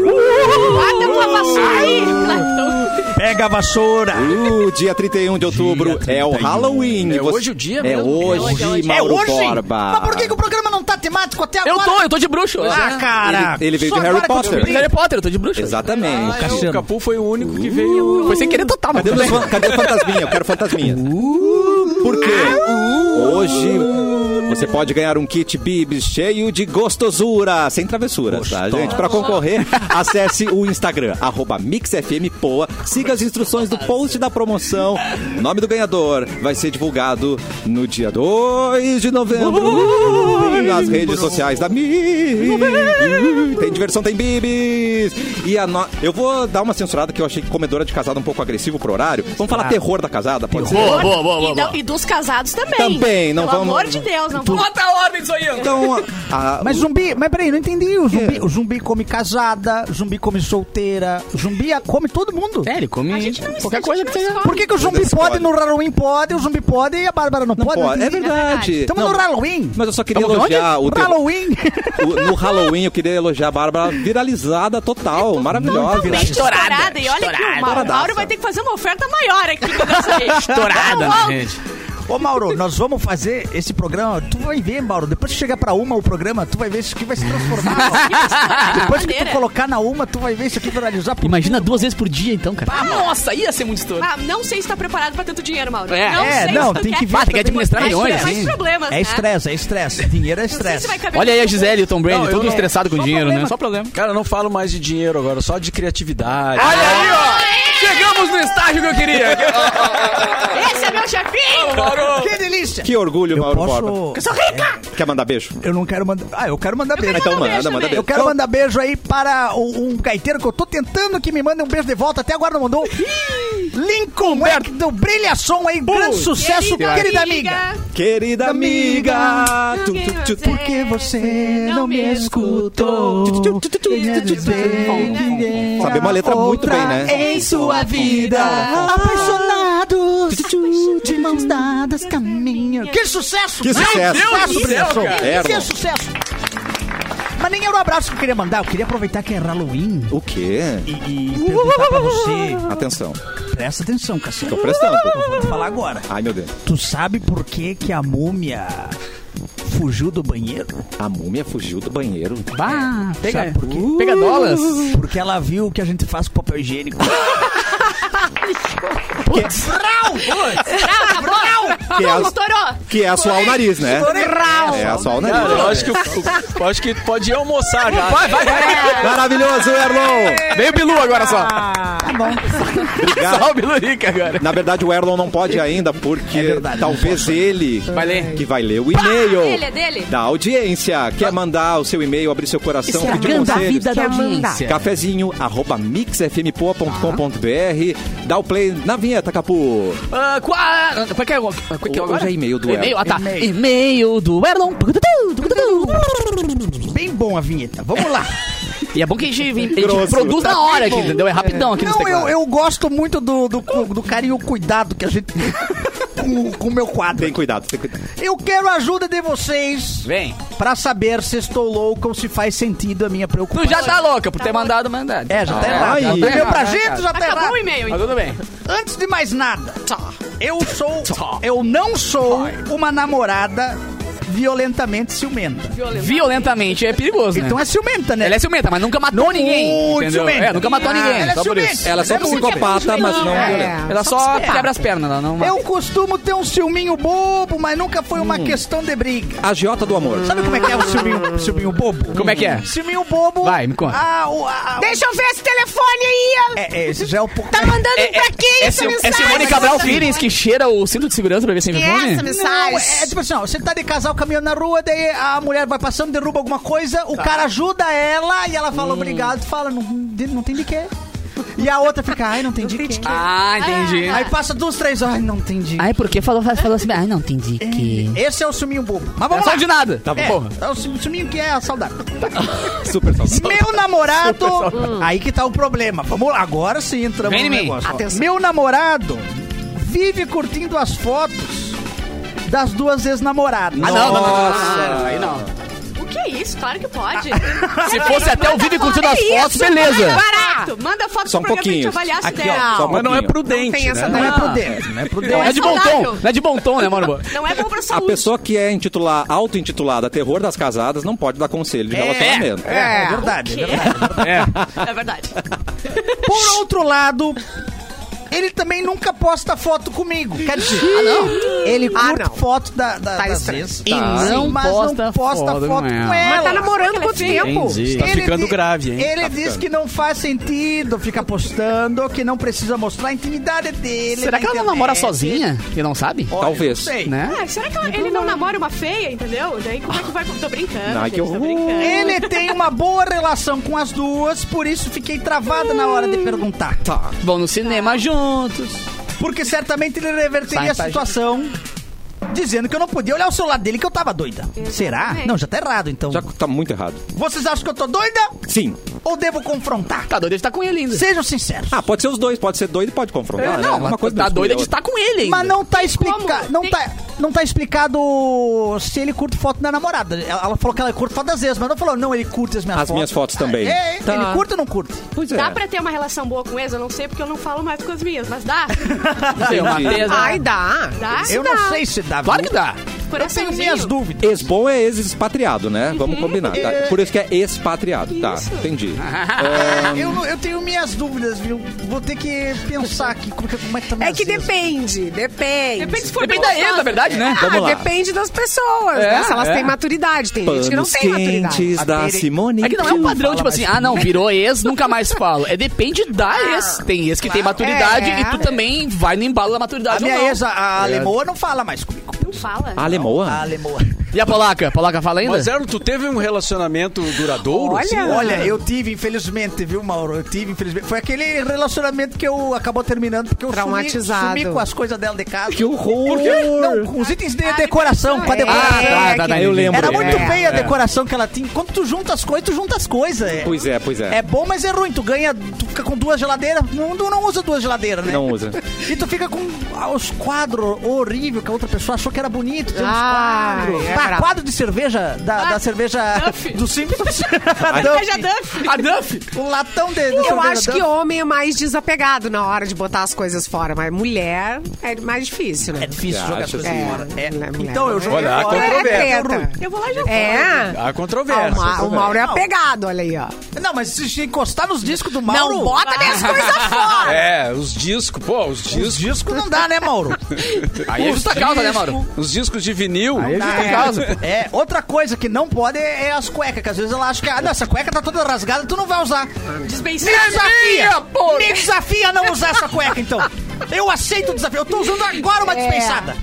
Speaker 4: Pega a vassoura.
Speaker 1: Uh, uh, dia 31 de outubro é o Halloween.
Speaker 7: É
Speaker 1: E você-
Speaker 7: hoje o dia
Speaker 1: É
Speaker 7: mesmo?
Speaker 1: hoje,
Speaker 6: hoje, é hoje.
Speaker 1: Mauro
Speaker 4: é hoje?
Speaker 1: Borba.
Speaker 4: Mas por que, que o programa não tá temático até
Speaker 2: Eu
Speaker 4: agora?
Speaker 2: tô, eu tô de bruxo. hoje,
Speaker 4: Ah,
Speaker 2: né?
Speaker 4: cara.
Speaker 1: Ele- ele veio
Speaker 4: Só
Speaker 1: de Harry
Speaker 4: agora que eu
Speaker 1: Potter.
Speaker 4: descobri.
Speaker 2: De Harry Potter, eu tô de bruxo. hoje.
Speaker 1: Exatamente.
Speaker 7: Ah, é,
Speaker 4: Cassiano.
Speaker 7: o Capu foi o único que veio...
Speaker 2: Foi sem querer total, mas
Speaker 1: Cadê,
Speaker 2: tudo
Speaker 1: meus
Speaker 2: bem.
Speaker 1: fan- cadê a fantasminha? Eu quero fantasminha. Por quê? Hoje você pode ganhar um kit Bibs cheio de gostosura, sem travessuras, tá, gente? Pra concorrer, acesse o Instagram, arroba MixFMPoa, siga as instruções do post da promoção. O nome do ganhador vai ser divulgado no dia 2 de novembro nas redes sociais da Mix. Tem diversão, tem Bibis. E a no... Eu vou dar uma censurada que eu achei que comedora de casada um pouco agressivo pro horário. Vamos falar terror da casada, pode ser?
Speaker 2: Boa, boa, boa, boa.
Speaker 6: E, da-
Speaker 2: boa.
Speaker 6: e dos casados também.
Speaker 1: Também, não
Speaker 6: Pelo
Speaker 1: vamos-
Speaker 6: amor de Deus, não vamos.
Speaker 2: Bota a ordem disso aí. ó.
Speaker 1: Então, a- a-
Speaker 4: Mas zumbi, mas peraí, não entendi. O zumbi, o zumbi come casada, o zumbi come solteira, o zumbi a- come todo mundo.
Speaker 2: É, ele come qualquer coisa que seja.
Speaker 4: Por que, que o zumbi
Speaker 1: Todas
Speaker 4: pode,
Speaker 1: podem.
Speaker 4: no Halloween pode, o zumbi pode e a Bárbara não, pode?
Speaker 1: pode. É verdade.
Speaker 4: Estamos
Speaker 1: Não,
Speaker 4: no Halloween.
Speaker 1: Mas eu só queria
Speaker 2: Tamo onde?
Speaker 1: elogiar o terror.
Speaker 4: Halloween.
Speaker 1: O- no Halloween eu queria elogiar a Bárbara viralizada total,
Speaker 4: É
Speaker 1: maravilhosa.
Speaker 6: Totalmente
Speaker 2: Estourada,
Speaker 6: estourada. E olha que o Mauro,
Speaker 1: estouradaça.
Speaker 6: Mauro vai ter que fazer uma oferta maior aqui nessa aí.
Speaker 2: Estourada,
Speaker 6: Não,
Speaker 2: né, gente?
Speaker 4: Ô, Mauro, nós vamos fazer esse programa. Tu vai ver, Mauro. Depois que chegar pra uma o programa, tu vai ver isso aqui vai se transformar. Mauro. Depois que tu
Speaker 6: Maneira.
Speaker 4: colocar na uma, tu vai ver isso aqui viralizar. por
Speaker 2: Imagina duas vezes por dia, então, cara.
Speaker 6: Ah,
Speaker 2: nossa, ia ser muito estouro.
Speaker 6: Ah, não sei se tá preparado pra tanto dinheiro, Mauro.
Speaker 2: É.
Speaker 6: não
Speaker 4: É,
Speaker 6: sei
Speaker 4: não,
Speaker 6: se tu
Speaker 4: tem
Speaker 6: quer.
Speaker 4: que ver
Speaker 2: Ah, tem que
Speaker 4: também.
Speaker 2: administrar
Speaker 6: Mas
Speaker 2: milhões.
Speaker 6: tem mais
Speaker 2: sim.
Speaker 6: problemas,
Speaker 4: É
Speaker 6: né?
Speaker 4: estresse, é estresse. Dinheiro é
Speaker 6: Não sei se
Speaker 4: estresse.
Speaker 6: vai caber
Speaker 2: Olha aí a
Speaker 6: no-
Speaker 2: Gisele e o Tom Brady, tudo estressado com dinheiro, né?
Speaker 4: problema.
Speaker 2: Só problema.
Speaker 7: Cara, eu não falo mais de dinheiro agora, só de criatividade.
Speaker 2: Olha aí, ó! Chegamos no estágio que eu queria!
Speaker 6: Esse é meu chefinho!
Speaker 4: Que delícia.
Speaker 1: Que orgulho,
Speaker 4: eu
Speaker 1: Mauro Borba.
Speaker 4: posso...
Speaker 1: Quer mandar beijo?
Speaker 4: Eu não quero mandar... Ah, eu quero mandar beijo.
Speaker 1: Então
Speaker 6: mandar
Speaker 1: manda,
Speaker 6: beijo
Speaker 1: manda
Speaker 6: também.
Speaker 1: beijo.
Speaker 4: Eu quero mandar beijo aí para o- um gaiteiro que eu tô tentando que me mande um beijo de volta. Até agora não mandou. Lincoln Weck do Brilha Som aí. Grande sucesso, querida, amiga.
Speaker 1: Querida amiga, tu, tu, tu,
Speaker 6: Por que você não me escutou?
Speaker 1: Sabemos a é letra muito bem, né?
Speaker 4: Em sua vida, apaixonados, de mãos dadas, caminho. Que sucesso!
Speaker 1: Que
Speaker 4: né?
Speaker 1: sucesso.
Speaker 4: sucesso,
Speaker 1: Meu Deus do céu,
Speaker 4: Brilhação.
Speaker 1: cara.
Speaker 4: Que
Speaker 1: Erlon.
Speaker 4: sucesso! Mas nem era o abraço que eu queria mandar, eu queria aproveitar que é Halloween
Speaker 1: O quê?
Speaker 4: e, e perguntar pra você.
Speaker 1: Atenção,
Speaker 4: Presta atenção, Cassiano.
Speaker 1: tô prestando.
Speaker 4: Vou falar agora.
Speaker 1: Ai, meu Deus.
Speaker 4: Tu sabe por que, que a múmia fugiu do banheiro?
Speaker 1: A múmia fugiu do banheiro.
Speaker 2: Bah, pega,
Speaker 4: Sabe por quê?
Speaker 2: pega dólares.
Speaker 4: Porque ela viu o que a gente faz com papel higiênico.
Speaker 1: Que é a-
Speaker 6: Estourou.
Speaker 1: Que é assoar o nariz, né? É assoar o
Speaker 7: Cara, eu
Speaker 1: nariz.
Speaker 7: acho que, o- eu acho que pode ir almoçar já.
Speaker 1: Maravilhoso, Erlon!
Speaker 2: Vem o Bilu agora só.
Speaker 1: Obrigado.
Speaker 2: Só o Bilu Rica agora.
Speaker 1: Na verdade, o Erlon não pode ainda, porque talvez ele
Speaker 2: Vai ler.
Speaker 1: que vai ler o e-mail
Speaker 6: Ele é dele?
Speaker 1: da audiência. Quer mandar o seu e-mail, abrir seu coração, pedir
Speaker 2: Estragando a
Speaker 1: conselhos?
Speaker 2: vida da audiência.
Speaker 1: Cafezinho, arroba mixfmpoa.com.br. Dá o play na vinheta, Capu.
Speaker 2: Ah, qual, qual que é, o- qual que é
Speaker 1: Hoje
Speaker 2: agora?
Speaker 1: é e-mail do
Speaker 2: E-mail,
Speaker 1: Erlon.
Speaker 2: ah, tá. E-mail do Erlon.
Speaker 4: Uh, Bem bom a vinheta. Vamos lá.
Speaker 2: E é bom que a gente, a gente
Speaker 1: Grosso.
Speaker 2: produz na hora aqui, entendeu? É rapidão aqui no
Speaker 4: Não, eu, eu gosto muito do, do, do carinho e o cuidado que a gente tem com o- com o meu quadro.
Speaker 1: Tem cuidado, tem cuidado.
Speaker 4: Eu quero a ajuda de vocês
Speaker 2: Vem.
Speaker 4: pra saber se estou louco ou se faz sentido a minha
Speaker 2: Tu
Speaker 4: preocupação.
Speaker 2: já tá louca por ter mandado mandado.
Speaker 4: É, já tá
Speaker 2: Ah,
Speaker 4: errado.
Speaker 1: aí.
Speaker 4: Já tá
Speaker 2: Tá
Speaker 4: meu
Speaker 2: errado,
Speaker 4: pra
Speaker 2: tá
Speaker 4: gente
Speaker 2: errado.
Speaker 4: já tá
Speaker 6: Acabou o
Speaker 4: errado.
Speaker 6: e-mail,
Speaker 2: Mas
Speaker 6: então.
Speaker 2: tudo bem.
Speaker 4: Antes de mais nada,
Speaker 2: Tá,
Speaker 4: eu sou. Eu não sou uma namorada violentamente ciumenta.
Speaker 2: Violentamente é perigoso, né?
Speaker 4: Então é ciumenta, né?
Speaker 2: Ela é ciumenta, mas nunca matou
Speaker 4: Muito
Speaker 2: ninguém. Entendeu?
Speaker 4: ciumenta.
Speaker 2: É, nunca matou
Speaker 4: Ah, ela
Speaker 2: ninguém.
Speaker 4: é
Speaker 2: só por
Speaker 4: ciumenta.
Speaker 2: isso.
Speaker 1: Ela é só
Speaker 4: Ela é muito
Speaker 1: psicopata, mas não
Speaker 6: É.
Speaker 1: violenta.
Speaker 2: Ela só quebra as pernas, ela não mata.
Speaker 4: Eu costumo ter um ciúminho bobo, mas nunca foi uma questão de briga.
Speaker 1: A Giota do Amor.
Speaker 4: Sabe como é que é o ciúminho, ciúminho bobo?
Speaker 2: Como é que é?
Speaker 4: Ciúminho bobo.
Speaker 2: Vai, me conta.
Speaker 4: Ah, o, a-
Speaker 5: Deixa eu ver esse telefone aí.
Speaker 4: É, é, esse já é um pouco.
Speaker 5: Tá mandando
Speaker 2: É,
Speaker 5: pra quem
Speaker 2: é, é,
Speaker 5: essa
Speaker 2: Sim- é
Speaker 5: mensagem?
Speaker 2: Simone Cabral Filens que cheira o cinto de segurança pra ver se é tem
Speaker 5: Essa
Speaker 2: perfume?
Speaker 4: Não, é
Speaker 5: mensagem.
Speaker 4: tipo assim, ó, você tá de casal caminhando na rua, daí a mulher vai passando, derruba alguma coisa,
Speaker 2: Tá.
Speaker 4: o cara ajuda ela e ela
Speaker 2: Hum.
Speaker 4: fala obrigado, fala, não, não tem de quê. E a outra fica, ai, não tem de quê.
Speaker 2: Ah, entendi.
Speaker 4: Aí passa duas, três, ai, não tem de
Speaker 8: Ai, porque falou, falou assim, ai, não entendi que...
Speaker 4: Esse é o suminho bobo. Mas
Speaker 2: É
Speaker 4: vamos
Speaker 2: só
Speaker 4: lá.
Speaker 2: de nada. Tá
Speaker 4: É,
Speaker 2: Porra.
Speaker 4: é o sum- suminho que é a saudade.
Speaker 1: Super saudável.
Speaker 4: Meu namorado. Aí que tá o problema. Vamos lá, agora sim entramos
Speaker 2: Vem em
Speaker 4: no
Speaker 2: mim.
Speaker 4: negócio. ó.
Speaker 5: Atenção.
Speaker 4: Meu namorado vive curtindo as fotos das duas ex-namoradas.
Speaker 2: Ah, não, não, não, não, não, não, não,
Speaker 1: Nossa.
Speaker 2: Aí não.
Speaker 6: O que é isso? Claro que pode.
Speaker 2: Se fosse até o vídeo curtindo as fotos, beleza.
Speaker 6: Barato. Manda foto
Speaker 1: Só um
Speaker 6: pro programa pra gente
Speaker 1: pouquinho.
Speaker 6: avaliar se
Speaker 1: Aqui,
Speaker 6: der.
Speaker 1: ó. Só um
Speaker 7: Mas não é
Speaker 1: pouquinho.
Speaker 7: prudente,
Speaker 5: Não tem essa
Speaker 7: né?
Speaker 4: Não é
Speaker 2: Ah.
Speaker 4: pro dentro, não é pro
Speaker 2: Não
Speaker 4: dentro.
Speaker 2: é de bom
Speaker 6: saudável.
Speaker 2: tom. Não é de bom tom, né, mano?
Speaker 6: Não é bom pra
Speaker 1: A
Speaker 6: saúde.
Speaker 1: pessoa que é intitular, auto-intitulada Terror das Casadas não pode dar conselho de relacionamento.
Speaker 5: Ah,
Speaker 4: É, é verdade, é
Speaker 6: quê?
Speaker 4: verdade.
Speaker 6: É verdade.
Speaker 4: Por outro lado, ele também nunca posta foto comigo. Quer dizer, ele
Speaker 5: Ah,
Speaker 4: curte
Speaker 5: não.
Speaker 4: foto da, da,
Speaker 5: Tá
Speaker 4: das
Speaker 5: estranho.
Speaker 4: ex,
Speaker 2: E não
Speaker 4: mas não posta
Speaker 2: posta
Speaker 4: foto,
Speaker 2: foto
Speaker 4: com
Speaker 2: com
Speaker 4: ela.
Speaker 2: ela.
Speaker 5: Mas tá
Speaker 6: Será que
Speaker 5: namorando
Speaker 6: ela é
Speaker 5: quanto
Speaker 6: feia?
Speaker 5: tempo?
Speaker 7: Entendi. Tá ficando
Speaker 4: di-
Speaker 7: grave, hein?
Speaker 4: Ele
Speaker 1: Tá
Speaker 4: diz
Speaker 1: ficando.
Speaker 4: que não faz sentido ficar postando, que não precisa mostrar a intimidade dele. na
Speaker 2: Será que ela não
Speaker 4: internet.
Speaker 2: namora sozinha? Que não sabe?
Speaker 4: Olha,
Speaker 1: Talvez.
Speaker 4: não sei.
Speaker 2: Né?
Speaker 6: Ah, será que ela- ele não namora uma feia, entendeu? Daí como é que vai... Tô brincando,
Speaker 1: Ai,
Speaker 6: gente,
Speaker 1: que
Speaker 6: tô
Speaker 1: horror.
Speaker 6: brincando.
Speaker 4: Ele tem uma boa relação com as duas, por isso fiquei travada na hora de perguntar.
Speaker 2: Vão no cinema juntos.
Speaker 4: Porque certamente ele reverteria
Speaker 2: Sai,
Speaker 4: a
Speaker 2: sai,
Speaker 4: situação dizendo que eu não podia olhar o celular dele, que eu tava doida. Será? Não, já tá errado, então.
Speaker 1: Já tá muito errado.
Speaker 4: Vocês acham que eu tô doida
Speaker 1: Sim.
Speaker 4: ou devo confrontar?
Speaker 2: Tá doido de estar com ele ainda.
Speaker 4: Sejam sinceros.
Speaker 1: Ah, pode ser os dois, pode ser doido e pode confrontar.
Speaker 4: É,
Speaker 1: né?
Speaker 2: Não,
Speaker 1: Uma coisa
Speaker 2: tá
Speaker 1: não exclui
Speaker 2: doida
Speaker 1: a
Speaker 2: de
Speaker 1: outra.
Speaker 2: estar com ele ainda.
Speaker 4: Mas não tá explicado.
Speaker 6: como?
Speaker 4: Não
Speaker 6: Tem-
Speaker 4: tá, não tá explicado se ele curte foto da namorada. Ela ela falou que ela curte foto das vezes, mas não falou, não, ele curte as minhas
Speaker 1: As
Speaker 4: fotos.
Speaker 1: minhas fotos também.
Speaker 4: É, é,
Speaker 1: Tá.
Speaker 4: ele curte ou não curte?
Speaker 1: Pois é.
Speaker 6: Dá Tá pra ter uma relação boa com ex? Eu não sei, porque eu não falo mais com as minhas, mas dá.
Speaker 2: não sei,
Speaker 4: é.
Speaker 2: uma
Speaker 1: Entendi.
Speaker 2: tesa.
Speaker 5: Ai, dá.
Speaker 6: Dá?
Speaker 4: Eu
Speaker 6: dá.
Speaker 4: não sei se dá.
Speaker 2: Claro
Speaker 4: viu?
Speaker 2: que dá.
Speaker 4: Eu tenho minhas
Speaker 6: Coraçãozinho.
Speaker 4: dúvidas.
Speaker 1: Ex-bom é ex-expatriado, né? Vamos combinar. tá? Por isso que é expatriado. Tá,
Speaker 6: Isso.
Speaker 1: entendi.
Speaker 4: Eu, não- eu tenho minhas dúvidas, viu? Vou ter que pensar aqui como, que- como é que tá
Speaker 5: É
Speaker 4: minhas
Speaker 5: que
Speaker 4: vezes.
Speaker 5: depende, depende.
Speaker 6: Depende se for
Speaker 2: Depende da ex, na verdade, né?
Speaker 5: Ah,
Speaker 1: Vamos lá.
Speaker 5: depende das pessoas,
Speaker 2: É,
Speaker 5: né? Se elas
Speaker 2: é.
Speaker 5: têm maturidade. Tem gente que não
Speaker 1: Panos
Speaker 5: tem maturidade.
Speaker 1: quentes da Simone.
Speaker 2: É que não é um padrão,
Speaker 4: fala
Speaker 2: tipo assim,
Speaker 4: mais
Speaker 2: ah, não, virou ex, nunca mais falo. É depende da ex. Tem ex que tem maturidade
Speaker 5: É,
Speaker 2: e tu
Speaker 5: é.
Speaker 2: também vai no embalo da
Speaker 4: A
Speaker 2: maturidade ou não.
Speaker 4: minha ex, a, a
Speaker 1: É.
Speaker 4: Lemoa, não fala mais comigo.
Speaker 6: um- Não fala.
Speaker 1: A Alemoa?
Speaker 4: A Lemoa.
Speaker 2: E a polaca? A polaca fala ainda?
Speaker 7: Mas, Erno, tu teve um relacionamento duradouro? assim?
Speaker 4: Olha, eu tive, infelizmente, viu, Mauro? Eu tive, infelizmente. Foi aquele relacionamento que eu acabou terminando porque eu sumi,
Speaker 5: Traumatizado.
Speaker 4: sumi com as coisas dela de casa.
Speaker 1: Que horror!
Speaker 4: Não, com os itens de decoração, com a decoração.
Speaker 5: é
Speaker 2: Ah, tá, tá, tá,
Speaker 1: eu
Speaker 2: entendi.
Speaker 1: lembro.
Speaker 4: Era muito
Speaker 1: É.
Speaker 4: feia a decoração que ela tinha. Quando tu junta as coisas, tu junta as coisas. É.
Speaker 1: Pois é, pois é.
Speaker 4: É bom, mas é ruim. Tu ganha, tu fica com duas geladeiras. Não, tu não usa duas geladeiras, né?
Speaker 1: Não usa.
Speaker 4: E tu fica com ah, os quadros horríveis que a outra pessoa achou que era bonito. Tem uns
Speaker 5: Ai,
Speaker 4: quadros.
Speaker 5: é
Speaker 4: Pá,
Speaker 5: brabo. Ah,
Speaker 4: quadro de cerveja, da, da cerveja
Speaker 6: Duff.
Speaker 4: dos Simpsons. é
Speaker 6: Cerveja Duff.
Speaker 2: A Duff.
Speaker 4: O latão de, de
Speaker 5: Eu
Speaker 4: cerveja
Speaker 5: acho
Speaker 4: Duff.
Speaker 5: que homem é mais desapegado na hora de botar as coisas fora, mas mulher é mais difícil, né?
Speaker 4: É difícil
Speaker 1: Você
Speaker 4: jogar as
Speaker 1: acha
Speaker 4: coisas
Speaker 1: assim?
Speaker 4: fora. É.
Speaker 5: mulher-
Speaker 4: Então eu joguei
Speaker 7: Olha, há
Speaker 4: fora.
Speaker 5: É
Speaker 7: controvérsia.
Speaker 5: treta.
Speaker 6: Eu vou lá e já vou.
Speaker 5: É.
Speaker 7: Há
Speaker 5: Ah, o, Ma-
Speaker 7: controvérsia.
Speaker 5: o Mauro é apegado, olha aí, ó.
Speaker 4: Não, mas se encostar nos discos do Mauro...
Speaker 5: Não bota minhas coisas fora!
Speaker 7: É, os discos, pô, os
Speaker 4: Os
Speaker 7: discos.
Speaker 4: discos não dá, né, Mauro?
Speaker 2: Aí é justa causa, né, Mauro?
Speaker 7: Os discos de vinil.
Speaker 4: é, é, outra coisa que não pode é, é as cuecas, que às vezes ela acha que, ah, não, essa cueca tá toda rasgada, tu não vai usar. Me desafia! Me desafia a não usar essa cueca, então. Eu aceito o desafio. Eu tô usando agora uma dispensada.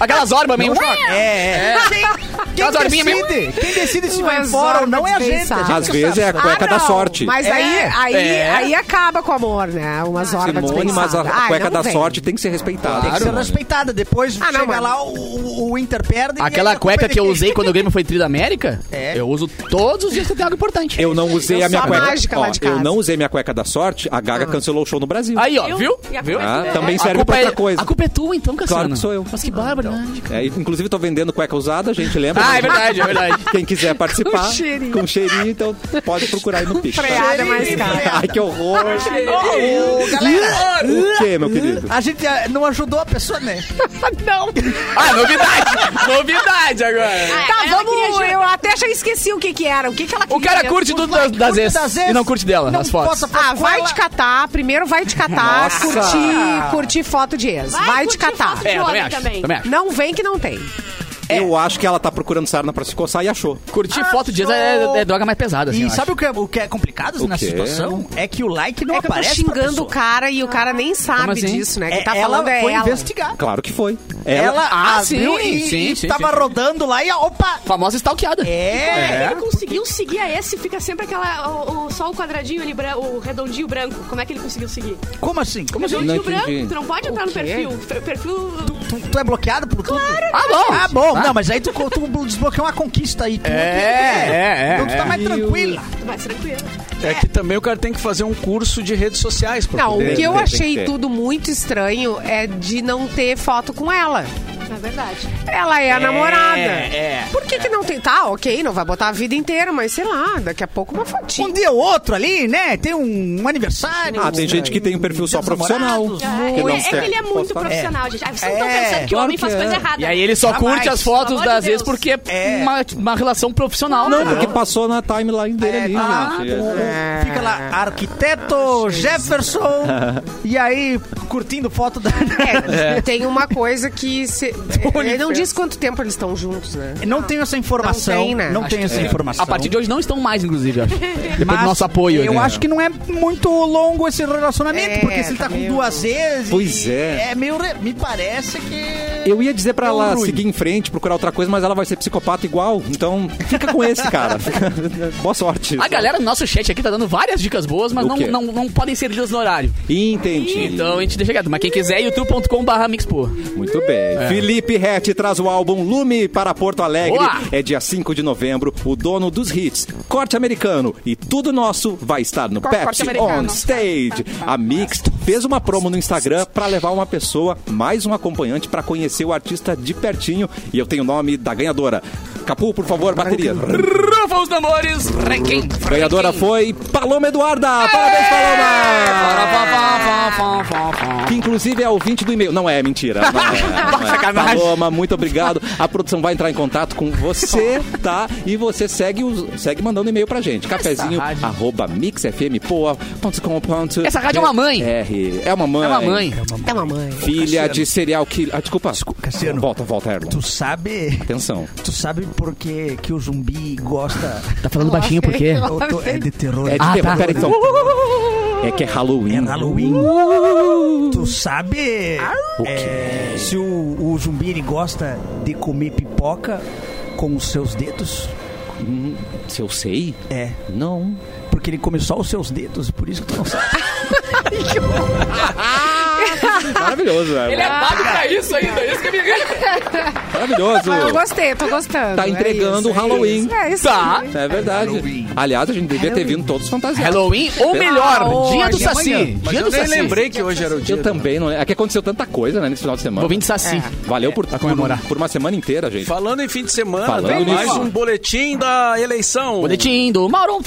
Speaker 2: Aquelas orbas meio...
Speaker 4: É, é. Quem,
Speaker 2: Aquelas
Speaker 4: quem
Speaker 2: orbinhas meio-
Speaker 4: decide, quem decide se
Speaker 5: Hum,
Speaker 4: vai
Speaker 5: as
Speaker 4: embora ou
Speaker 5: orbas
Speaker 4: não é a gente.
Speaker 5: dispensadas.
Speaker 4: a gente
Speaker 1: Às
Speaker 4: não
Speaker 1: vezes é a
Speaker 4: sabe.
Speaker 1: cueca
Speaker 5: Ah,
Speaker 1: da
Speaker 5: não,
Speaker 1: sorte.
Speaker 5: Mas aí,
Speaker 4: É,
Speaker 5: aí,
Speaker 2: é.
Speaker 5: aí acaba com o amor, né? Umas horas
Speaker 1: Simone, mas
Speaker 5: dispensadas.
Speaker 1: a
Speaker 5: Ai,
Speaker 1: cueca
Speaker 5: não
Speaker 1: da
Speaker 5: vem.
Speaker 1: sorte tem que ser respeitada.
Speaker 4: Tem que ser respeitada. Depois
Speaker 5: Ah, não,
Speaker 4: chega
Speaker 5: mano.
Speaker 4: lá, o, o- o Inter perde. e aí
Speaker 2: Aquela
Speaker 4: a culpa é
Speaker 2: cueca
Speaker 4: de
Speaker 2: que eu
Speaker 4: quem?
Speaker 2: usei quando o Grêmio foi tri da América,
Speaker 4: É.
Speaker 2: eu uso todos os dias que tem algo importante.
Speaker 1: Eu não usei
Speaker 5: Eu
Speaker 1: a minha
Speaker 5: sou a
Speaker 1: cueca.
Speaker 5: mágica lá de
Speaker 1: eu
Speaker 5: casa.
Speaker 1: não usei minha cueca da sorte, a Gaga cancelou o show no Brasil.
Speaker 2: Aí, ó,
Speaker 6: Eu-
Speaker 2: viu?
Speaker 6: e a
Speaker 2: Viu?
Speaker 1: Ah, também
Speaker 2: A
Speaker 1: serve
Speaker 2: culpa
Speaker 1: pra
Speaker 2: é-
Speaker 1: outra coisa.
Speaker 2: A culpa é tua, então, Cassiano.
Speaker 1: Claro que sou eu.
Speaker 2: Mas que bárbaro, né?
Speaker 1: É, inclusive, tô vendendo cueca usada, a gente lembra.
Speaker 2: Ah, é verdade, é verdade.
Speaker 1: Quem quiser participar,
Speaker 5: Com cheirinho.
Speaker 1: com cheirinho, então pode procurar aí no Pix. tá?
Speaker 5: Freada mais cara.
Speaker 1: Ai, que horror.
Speaker 4: Ô, galera,
Speaker 1: O que, meu querido?
Speaker 4: a gente ah, não ajudou a pessoa, né?
Speaker 2: Ah, novidade! novidade agora!
Speaker 5: Tá,
Speaker 6: Ela
Speaker 5: vamos.
Speaker 6: queria-
Speaker 5: Eu até já esqueci o que que era. O que que ela
Speaker 2: O
Speaker 5: queria.
Speaker 2: cara curte tudo das, das ex, e não curte dela,
Speaker 4: não
Speaker 2: nas fotos.
Speaker 4: posta foto
Speaker 5: Ah,
Speaker 4: com
Speaker 5: vai
Speaker 4: ela.
Speaker 5: te catar. Primeiro vai te catar.
Speaker 1: Nossa.
Speaker 5: Curtir, curtir foto de ex. Vai, te
Speaker 6: curtir
Speaker 5: catar.
Speaker 6: foto de
Speaker 2: É, eu também
Speaker 6: homem
Speaker 2: acho.
Speaker 6: também.
Speaker 2: Também acho.
Speaker 5: Não vem que não tem.
Speaker 1: Eu acho que ela tá procurando sarna pra se coçar e achou.
Speaker 2: Curtir foto de ex é, é droga mais pesada, assim,
Speaker 4: E
Speaker 2: eu acho.
Speaker 4: sabe o que, é, o que é complicado
Speaker 1: O
Speaker 4: na
Speaker 1: quê?
Speaker 4: situação? É que o like não
Speaker 5: É que eu tô
Speaker 4: aparece pra
Speaker 5: xingando
Speaker 4: pessoa.
Speaker 5: o cara e o cara nem sabe
Speaker 2: assim?
Speaker 5: disso, né?
Speaker 4: É,
Speaker 5: Que tá
Speaker 4: ela
Speaker 5: falando é
Speaker 4: foi
Speaker 5: ela.
Speaker 4: investigar.
Speaker 1: Claro que foi.
Speaker 4: Ela
Speaker 2: Ah,
Speaker 4: abriu
Speaker 2: sim,
Speaker 4: e,
Speaker 2: sim,
Speaker 4: e
Speaker 2: sim,
Speaker 4: tava
Speaker 2: sim.
Speaker 4: rodando lá e ah, opa!
Speaker 2: Famosa stalkeada.
Speaker 4: É,
Speaker 6: Ele conseguiu seguir a esse, fica sempre aquela. o- o- só o quadradinho ali, bran- o redondinho branco. Como é que ele conseguiu seguir?
Speaker 4: como assim? Como assim?
Speaker 1: Não
Speaker 6: Redondinho branco,
Speaker 1: entendi.
Speaker 6: tu não pode entrar no perfil. Fe- Perfil.
Speaker 4: Tu, tu é bloqueado por tudo?
Speaker 2: Ah, bom!
Speaker 4: Ah, bom, não, mas aí tu, tu desbloqueou uma conquista aí. tu-
Speaker 2: É, é,
Speaker 4: Então tu tá
Speaker 2: é.
Speaker 4: mais tranquila.
Speaker 6: Tu vai tranquilo.
Speaker 7: É que também o cara tem que fazer um curso de redes sociais. pra
Speaker 5: Não,
Speaker 7: poder-
Speaker 5: o que eu
Speaker 1: tem que
Speaker 5: achei
Speaker 1: ter.
Speaker 5: tudo muito estranho é de não ter foto com ela.
Speaker 6: É verdade.
Speaker 5: Ela é a namorada.
Speaker 4: é.
Speaker 5: Por que, que não tem? Tá, ok, não vai botar a vida inteira, mas sei lá, daqui a pouco uma fotinha.
Speaker 4: Um dia ou outro ali, né? Tem um, um aniversário.
Speaker 1: Ah, tem gente que tem um perfil só
Speaker 4: Dos
Speaker 1: profissional.
Speaker 4: namorados,
Speaker 6: É,
Speaker 1: não
Speaker 6: é que
Speaker 1: quer
Speaker 6: ele é muito
Speaker 1: postar.
Speaker 6: profissional, gente. Ah, vocês não estão
Speaker 4: É,
Speaker 6: pensando que o
Speaker 1: claro
Speaker 6: homem faz
Speaker 1: que
Speaker 6: coisa
Speaker 1: é.
Speaker 6: errada.
Speaker 2: E aí ele só
Speaker 4: Jamais.
Speaker 2: curte as fotos
Speaker 6: Pelo amor
Speaker 2: das
Speaker 6: de
Speaker 2: vezes
Speaker 6: Deus.
Speaker 2: porque é
Speaker 4: É.
Speaker 2: uma, uma relação profissional. né?
Speaker 1: Não,
Speaker 2: entendeu?
Speaker 1: porque passou na timeline dele ali,
Speaker 4: Ah,
Speaker 1: gente.
Speaker 4: o-
Speaker 5: né.
Speaker 4: o- Fica lá,
Speaker 5: é
Speaker 4: arquiteto Jefferson. e aí, curtindo foto da.
Speaker 5: É, Tem uma coisa que. Se, é, ele não diz quanto tempo eles estão juntos, né?
Speaker 4: Não tenho essa informação. Não
Speaker 5: Não tem,
Speaker 4: tem,
Speaker 5: né?
Speaker 4: essa informação.
Speaker 2: A partir de hoje não estão mais, inclusive, eu acho. Depois
Speaker 4: Mas
Speaker 2: do nosso apoio.
Speaker 4: Eu
Speaker 2: né?
Speaker 4: acho que não é muito longo esse relacionamento,
Speaker 5: É,
Speaker 4: porque se ele tá,
Speaker 5: tá
Speaker 4: com
Speaker 5: meio-
Speaker 4: duas vezes.
Speaker 1: Pois é.
Speaker 4: É meio. re- Me parece que.
Speaker 1: Eu ia dizer pra
Speaker 4: Deu
Speaker 1: ela
Speaker 4: ruim.
Speaker 1: seguir em frente, procurar outra coisa, mas ela vai ser psicopata igual. Então, fica com esse, cara. Boa sorte.
Speaker 2: A galera do nosso chat aqui tá dando várias dicas boas, mas
Speaker 1: Do
Speaker 2: não,
Speaker 1: quê?
Speaker 2: não, não podem ser lidas no horário.
Speaker 1: Entendi.
Speaker 2: Então a gente deixa quieto. Mas quem quiser, youtube.com.br mixpo.
Speaker 1: Muito bem. Felipe Rett traz o álbum Lume para Porto Alegre.
Speaker 2: Boa!
Speaker 1: É dia 5 de novembro, o dono dos hits, Corte Americano e Tudo Nosso vai estar no Pepsi On Stage. A Mix fez uma promo no Instagram para levar uma pessoa, mais um acompanhante, para conhecer o artista de pertinho. E eu tenho o nome da ganhadora. Capu, por favor, bateria.
Speaker 2: Rufa os tambores! Requim!
Speaker 1: Ganhadora foi Paloma Eduarda. Parabéns, Paloma! Que inclusive é ouvinte do e-mail. Não é, mentira. Não é, não é.
Speaker 2: Sacanagem.
Speaker 1: Paloma, muito obrigado. A produção vai entrar em contato com você, tá? E você segue, os- segue mandando e-mail pra gente. Cafezinho,
Speaker 2: rádio.
Speaker 1: arroba mixfmpoa.com.br.
Speaker 2: Essa rádio é uma mãe.
Speaker 1: R. É uma mãe.
Speaker 2: É uma mãe.
Speaker 5: É mamãe.
Speaker 1: Filha de serial killer. Ah, desculpa.
Speaker 4: Cassiano.
Speaker 1: Volta, volta, Erlon.
Speaker 4: Tu sabe.
Speaker 1: Atenção.
Speaker 4: Tu sabe por que, que o zumbi gosta.
Speaker 2: Tá falando baixinho por quê?
Speaker 4: Eu tô- é de terror.
Speaker 1: É de
Speaker 2: Ah,
Speaker 1: terror,
Speaker 2: tá.
Speaker 1: peraí, então. É que é Halloween.
Speaker 4: É Halloween. Tu sabe
Speaker 1: O quê?
Speaker 4: é, se o, o zumbi ele gosta de comer pipoca com os seus dedos?
Speaker 1: Se eu sei?
Speaker 4: É,
Speaker 1: Não.
Speaker 4: porque ele come só os seus dedos, por isso que tu não sabe.
Speaker 1: Maravilhoso, né? velho.
Speaker 2: Ele é pago pra isso ainda, isso que me irrita.
Speaker 1: Maravilhoso.
Speaker 5: Mas Ah, eu gostei, tô gostando.
Speaker 1: Tá entregando o
Speaker 5: é
Speaker 1: Halloween.
Speaker 5: isso, É isso.
Speaker 2: Tá.
Speaker 5: aí.
Speaker 1: É verdade. Aliás, a gente devia ter vindo todos fantasiados.
Speaker 2: Halloween, ou melhor,
Speaker 5: Ah,
Speaker 2: dia do
Speaker 5: hoje,
Speaker 2: Saci.
Speaker 7: Mas
Speaker 2: Dia
Speaker 7: eu
Speaker 2: do
Speaker 7: nem
Speaker 2: Saci.
Speaker 7: lembrei que hoje era o dia.
Speaker 1: Eu também não lembro. É que aconteceu tanta coisa, né, nesse final de semana.
Speaker 2: Vou vir de Saci.
Speaker 1: Valeu por,
Speaker 2: comemorar.
Speaker 1: por, por uma semana inteira, gente.
Speaker 7: Falando em fim de semana,
Speaker 1: Falando
Speaker 7: tem
Speaker 1: nisso.
Speaker 7: mais um boletim da eleição.
Speaker 2: Boletim do Mauro.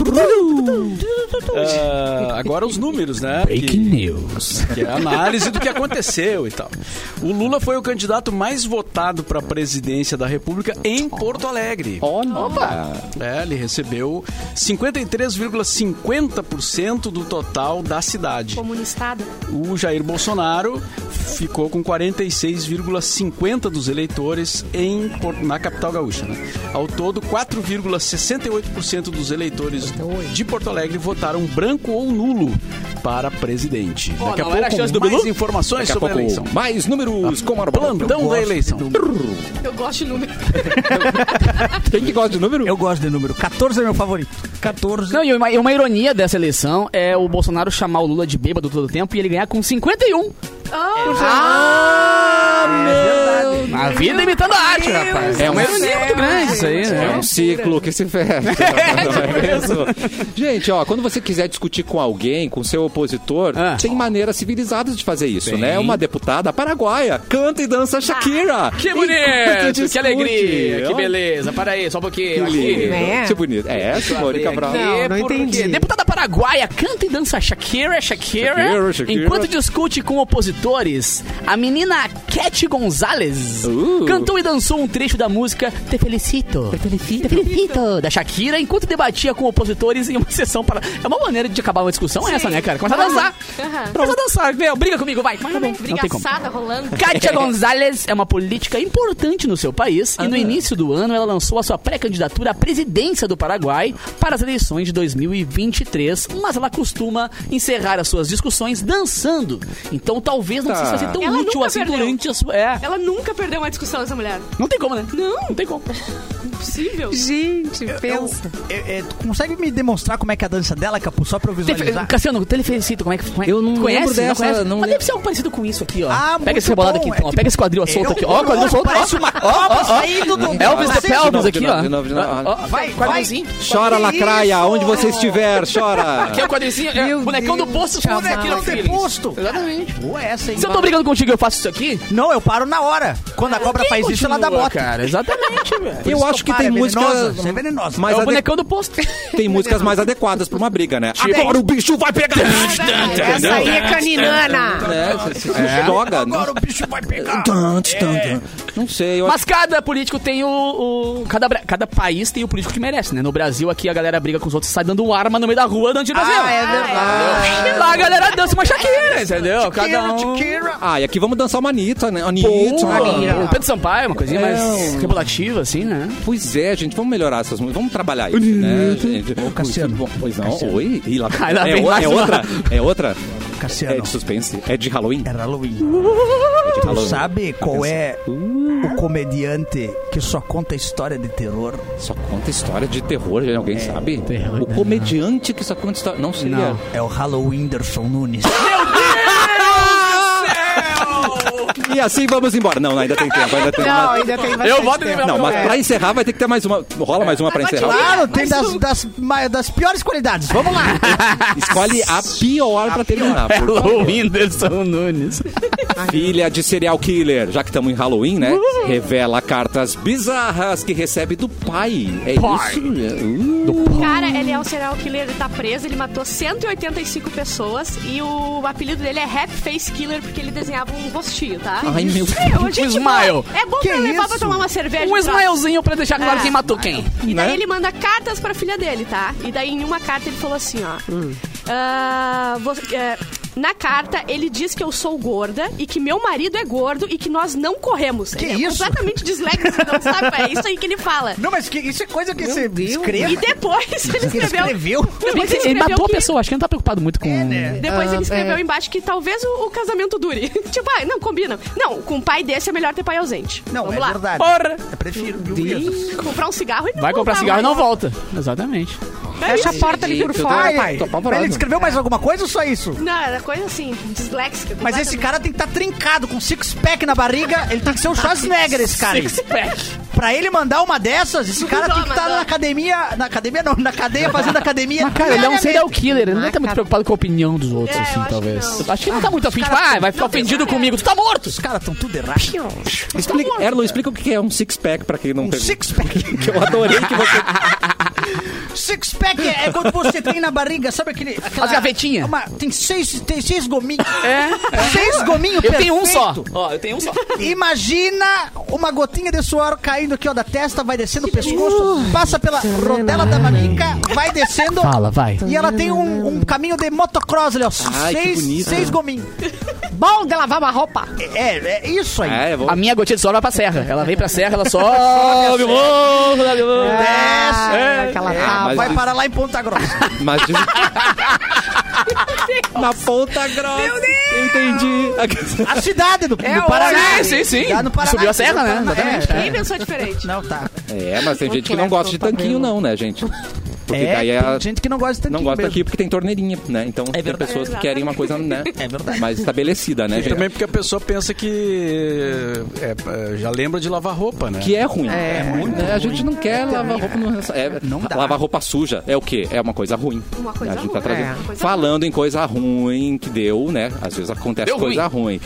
Speaker 7: Ah, agora os números, né? Que-
Speaker 2: news.
Speaker 7: que é a análise do que aconteceu e tal. O Lula foi o candidato mais votado para a presidência da República em Porto Alegre.
Speaker 1: Olha.
Speaker 7: É, ele recebeu 53,50% do total da cidade.
Speaker 6: Comunistada.
Speaker 7: O Jair Bolsonaro ficou com 46,50% dos eleitores em, Por- na capital gaúcha. Né? Ao todo, 4,68% dos eleitores de Porto Alegre votaram branco ou nulo para presidente.
Speaker 2: Ó,
Speaker 7: Daqui a
Speaker 2: não era a
Speaker 7: pouco,
Speaker 2: chance do
Speaker 7: mais
Speaker 2: Bilu?
Speaker 7: informações
Speaker 1: Daqui a
Speaker 7: sobre a,
Speaker 1: pouco,
Speaker 7: eleição.
Speaker 1: mais números com Mauro Borba.
Speaker 7: Plantão da eleição.
Speaker 6: Eu gosto de número.
Speaker 1: Quem que gosta de número?
Speaker 4: Eu gosto de número. 14 é meu favorito. 14.
Speaker 2: Não, e uma, e uma ironia dessa eleição é o Bolsonaro chamar o Lula de bêbado todo o tempo e um. ele ganhar com 51. Ah! É A vida imitando a arte, rapaz.
Speaker 1: É uma
Speaker 2: ironia muito grande isso aí,
Speaker 1: É
Speaker 2: né?
Speaker 1: um ciclo que se fecha. não é mesmo? Gente, ó, quando você quiser discutir com alguém, com seu opositor,
Speaker 2: Ah.
Speaker 1: tem maneiras civilizadas de fazer isso, né? Uma deputada paraguaia canta e dança Shakira.
Speaker 2: Que
Speaker 1: Enquanto
Speaker 2: bonito,
Speaker 1: discute.
Speaker 2: que alegria, que
Speaker 1: Ó,
Speaker 2: beleza. Para aí, só um
Speaker 1: que
Speaker 2: pouquinho
Speaker 1: lindo.
Speaker 2: aqui.
Speaker 5: Né?
Speaker 1: Que bonito. É, Simone Cabral.
Speaker 5: Não, não
Speaker 2: Porque
Speaker 5: entendi.
Speaker 2: Deputada paraguaia canta e dança Shakira, Shakira,
Speaker 1: Shakira, Shakira.
Speaker 2: enquanto discute com opositores. A menina Cat Gonzalez
Speaker 1: Uh.
Speaker 2: cantou e dançou um trecho da música Te Felicito. Te Felicito. Da Shakira, enquanto debatia com opositores em uma sessão para. É uma maneira de acabar uma discussão essa, né, cara? Começa a dançar.
Speaker 6: Aham.
Speaker 2: Começa a dançar, meu, briga comigo, vai.
Speaker 6: Mas uma brigaçada rolando.
Speaker 2: Kátia Gonzalez é uma política importante no seu país e no início do ano ela lançou a sua pré-candidatura à presidência do Paraguai para as eleições de 2023, mas ela costuma encerrar as suas discussões dançando. Então talvez não
Speaker 1: Tá.
Speaker 2: seja tão
Speaker 6: Ela
Speaker 2: útil
Speaker 6: nunca
Speaker 2: assim
Speaker 6: perdeu.
Speaker 2: durante a sua... É,
Speaker 6: Ela nunca perdeu uma discussão, essa mulher.
Speaker 2: não tem como, né?
Speaker 6: Não.
Speaker 2: Não tem como.
Speaker 6: Impossível.
Speaker 5: Gente,
Speaker 4: Eu,
Speaker 5: pensa.
Speaker 4: eu- eu- um, é, tu consegue me demonstrar como é que é a dança dela, Capu? Só pra eu visualizar.
Speaker 2: Cassiano, telefelicito, como é que... Como é?
Speaker 1: Eu não
Speaker 2: Tu conhece?
Speaker 1: lembro dessa,
Speaker 2: conhece?
Speaker 1: não
Speaker 2: Mas
Speaker 1: lembro.
Speaker 2: deve ser algo parecido com isso aqui, ó.
Speaker 4: Ah,
Speaker 2: pega
Speaker 4: muito
Speaker 2: esse rebolado
Speaker 4: bom,
Speaker 2: aqui,
Speaker 4: é
Speaker 2: ó.
Speaker 4: tipo-
Speaker 2: Pega esse quadril solto aqui, ó. Quadril solto,
Speaker 4: Parece
Speaker 2: ó.
Speaker 4: uma copa saindo do...
Speaker 2: Elvis tá the
Speaker 4: Cacete.
Speaker 2: Pelvis
Speaker 1: novo,
Speaker 2: aqui,
Speaker 1: de
Speaker 2: ó.
Speaker 1: novo, de novo, de novo.
Speaker 2: Ó, ó,
Speaker 4: Vai, vai.
Speaker 2: quadrilzinho.
Speaker 1: Chora,
Speaker 4: Que
Speaker 1: lacraia,
Speaker 4: isso?
Speaker 1: onde você estiver, chora.
Speaker 2: Que é o quadrizinho, é
Speaker 5: Meu
Speaker 2: o bonecão
Speaker 5: Deus,
Speaker 2: do posto, como é
Speaker 5: chamado.
Speaker 2: aquilo,
Speaker 4: Bonecão do
Speaker 2: Feliz?
Speaker 4: posto.
Speaker 2: Exatamente.
Speaker 4: Boa essa, hein?
Speaker 2: Se eu tô brigando contigo e eu faço isso aqui,
Speaker 4: Não, eu paro na hora. Quando a cobra faz isso, ela dá
Speaker 2: É, continua,
Speaker 4: bota.
Speaker 2: Cara, exatamente, velho.
Speaker 1: Eu acho que
Speaker 4: Para,
Speaker 1: tem
Speaker 4: é
Speaker 1: música.
Speaker 4: venenosa, você é venenosa.
Speaker 2: É
Speaker 1: mais
Speaker 2: o
Speaker 1: ade-
Speaker 2: bonecão do posto.
Speaker 1: Tem músicas mais adequadas pra uma briga, né?
Speaker 2: Tipo-
Speaker 1: Agora o bicho vai pegar!
Speaker 5: Essa aí é caninana.
Speaker 1: É, se- se- se joga.
Speaker 4: Agora o bicho vai pegar. É,
Speaker 1: Tum, tum, tum. Não sei, eu acho
Speaker 2: Mas cada político tem o. o- cada, bra- cada país tem o político que merece, né? No Brasil, aqui a galera briga com os outros, sai dando uma arma no meio da rua, dando tiro pra cima.
Speaker 4: Ah, é verdade.
Speaker 2: Lá a galera dança uma Shakira, entendeu? Cada um.
Speaker 4: Shakira.
Speaker 1: Ah, e aqui vamos dançar uma Anitta, né? Anitta.
Speaker 2: Pô, o Pedro Sampaio, uma coisinha
Speaker 1: É,
Speaker 2: mais
Speaker 1: um-
Speaker 2: regulativa, assim, né?
Speaker 1: Pois é, gente, vamos melhorar essas músicas. Vamos trabalhar isso, né, gente? Ô,
Speaker 4: Cassiano.
Speaker 1: Pois não, oi. Ih, lá-
Speaker 2: Ai, lá
Speaker 1: é,
Speaker 2: vem
Speaker 1: o-
Speaker 2: mais
Speaker 1: é
Speaker 2: uma.
Speaker 1: outra? É outra? É
Speaker 4: Cassiano,
Speaker 1: de suspense? É de Halloween?
Speaker 4: era Halloween.
Speaker 1: É de Halloween.
Speaker 4: Sabe qual é o comediante que só conta história de terror?
Speaker 1: Só conta história de terror, gente, alguém sabe? O comediante que só conta história... Não sei.
Speaker 2: Não.
Speaker 4: É o Halloweenderson Nunes.
Speaker 1: E assim vamos embora. Não, não, ainda tem tempo, ainda tem
Speaker 5: Não,
Speaker 1: mais-
Speaker 5: ainda tem
Speaker 2: Eu
Speaker 5: bastante
Speaker 2: voto em
Speaker 5: tempo.
Speaker 1: Não, mas pra encerrar vai ter que ter mais uma. Rola mais uma pra encerrar.
Speaker 4: Claro, tem das, das, ma- das piores qualidades. Vamos lá.
Speaker 1: Escolhe a pior pra terminar. por
Speaker 4: tá
Speaker 2: Hello, Whindersson
Speaker 4: né?
Speaker 2: Nunes.
Speaker 1: Filha de serial killer, já que estamos em Halloween, né? Revela cartas bizarras que recebe do pai. É
Speaker 2: Pai.
Speaker 1: isso? Uh.
Speaker 6: Cara, ele é um serial killer, ele tá preso, ele matou 185 pessoas e o apelido dele é Happy Face Killer porque ele desenhava um rostinho, tá?
Speaker 1: Ai, meu
Speaker 6: Meu, gente,
Speaker 2: smile.
Speaker 6: boa. É bom
Speaker 4: Que
Speaker 6: pra levar pra
Speaker 4: isso?
Speaker 6: tomar uma cerveja.
Speaker 2: Um
Speaker 6: no próximo.
Speaker 2: smilezinho pra deixar claro
Speaker 6: É.
Speaker 2: quem matou quem.
Speaker 6: E daí
Speaker 1: né?
Speaker 6: ele manda cartas pra filha dele, tá? E daí em uma carta ele falou assim, ó. "Ah, você- é, na carta ele diz que eu sou gorda e que meu marido é gordo e que nós não corremos.
Speaker 4: Que
Speaker 6: ele é
Speaker 4: isso?
Speaker 6: completamente disléxico, não sabe? É isso aí que ele fala.
Speaker 4: Não, mas que, isso é coisa que você escreve.
Speaker 6: E depois ele
Speaker 4: Ele
Speaker 6: escreveu.
Speaker 4: escreveu?
Speaker 6: Depois ele,
Speaker 2: Ele
Speaker 6: escreveu
Speaker 2: matou a
Speaker 6: que-
Speaker 2: pessoa, acho que ele não tá preocupado muito
Speaker 6: É,
Speaker 2: com.
Speaker 6: Depois
Speaker 5: Ah,
Speaker 6: ele escreveu
Speaker 5: é.
Speaker 6: embaixo que talvez o, o casamento dure. tipo, ah, não, combina. Não, com um pai desse é melhor ter pai ausente.
Speaker 4: Não,
Speaker 6: Vamos
Speaker 4: é
Speaker 6: lá.
Speaker 4: verdade.
Speaker 2: Porra!
Speaker 4: Eu prefiro mil vezes.
Speaker 6: Comprar um cigarro e não
Speaker 2: Vai comprar
Speaker 6: voltar
Speaker 2: cigarro e não
Speaker 6: mais. É
Speaker 2: volta. Exatamente.
Speaker 5: Fecha a porta ali por
Speaker 2: Entendi.
Speaker 5: fora,
Speaker 2: Ai,
Speaker 5: pai.
Speaker 2: tô apavorado.
Speaker 4: Ele descreveu
Speaker 2: É.
Speaker 4: mais alguma coisa ou só isso?
Speaker 6: Não, era coisa assim, disléxica.
Speaker 4: Mas esse cara tem que estar trincado com six pack na barriga. Ele tem que ser
Speaker 2: Ah,
Speaker 4: o Schwarzenegger, esse cara. aí. Pra ele mandar uma dessas, esse cara tem que estar na academia. Na academia não, na cadeia, fazendo academia.
Speaker 2: Mas, cara, ele é um
Speaker 4: diariamente.
Speaker 2: serial killer. Ele não tá muito preocupado com a opinião dos outros,
Speaker 6: É, eu
Speaker 2: assim,
Speaker 6: acho que
Speaker 2: talvez.
Speaker 6: não.
Speaker 2: acho que ele não tá muito afim. Tipo, ah, vai ficar ofendido comigo. Tu tá morto.
Speaker 4: Os caras estão tudo errados.
Speaker 6: um
Speaker 1: Explica, Erlo, explica o que é um six-pack pra quem não
Speaker 4: Um
Speaker 1: pegou.
Speaker 4: six pack.
Speaker 1: Que eu adorei que você.
Speaker 4: Six pack é, é quando você tem na barriga, sabe aquele. aquela-
Speaker 9: As gavetinhas.
Speaker 4: uma- tem, seis, tem seis gominhos. Seis gominhos
Speaker 9: Eu tenho um
Speaker 4: perfeito.
Speaker 9: só. Ó, eu tenho um só.
Speaker 4: Imagina uma gotinha de suor caindo aqui, ó, da testa, vai descendo o pescoço, passa pela rodela da manica, vai descendo.
Speaker 2: Fala, vai.
Speaker 4: E ela tem um, um caminho de motocross ali, ó.
Speaker 1: Ai, que
Speaker 4: seis,
Speaker 1: bonito.
Speaker 4: seis gominhos.
Speaker 5: Bom de lavar uma roupa.
Speaker 4: É, é isso aí.
Speaker 1: É, vou...
Speaker 2: A minha gotinha de sol vai pra serra. Ela vem pra serra, ela sobe o morro, sobe o morro.
Speaker 4: Desce.
Speaker 5: é, aquela
Speaker 4: É,
Speaker 5: tá.
Speaker 1: mas
Speaker 4: vai
Speaker 1: isso-
Speaker 4: parar lá em Ponta Grossa.
Speaker 1: Mas diz... Na ponta grossa. Meu Deus! Entendi.
Speaker 4: A cidade do, do Paraná.
Speaker 2: Sim, É sim, sim.
Speaker 4: Lá no Paraná,
Speaker 2: Subiu a serra, né?
Speaker 4: Paraná.
Speaker 2: Exatamente.
Speaker 4: É,
Speaker 6: Quem pensou diferente?
Speaker 4: Não, tá.
Speaker 1: É, mas tem gente que não gosta de tanquinho, não, né, gente? Porque
Speaker 4: É,
Speaker 1: daí é.
Speaker 4: tem gente que não gosta de tanquinho
Speaker 1: Não gosta
Speaker 4: mesmo.
Speaker 1: daqui porque tem torneirinha, né? Então tem
Speaker 4: verdade.
Speaker 1: pessoas que querem uma coisa, né?
Speaker 4: É verdade.
Speaker 1: Mais estabelecida, né,
Speaker 7: E
Speaker 1: gente?
Speaker 7: É. também porque a pessoa pensa que é, é, já lembra de lavar roupa, né?
Speaker 1: Que é ruim. É, muito A gente não quer lavar roupa no é,
Speaker 4: Não dá.
Speaker 1: Lavar roupa suja é o quê? É uma coisa ruim.
Speaker 6: Uma coisa
Speaker 1: a gente
Speaker 6: ruim,
Speaker 1: tá trazendo.
Speaker 6: é. Uma coisa
Speaker 1: Falando em coisa ruim que deu, né? Às vezes acontece
Speaker 2: Deu
Speaker 1: coisa ruim.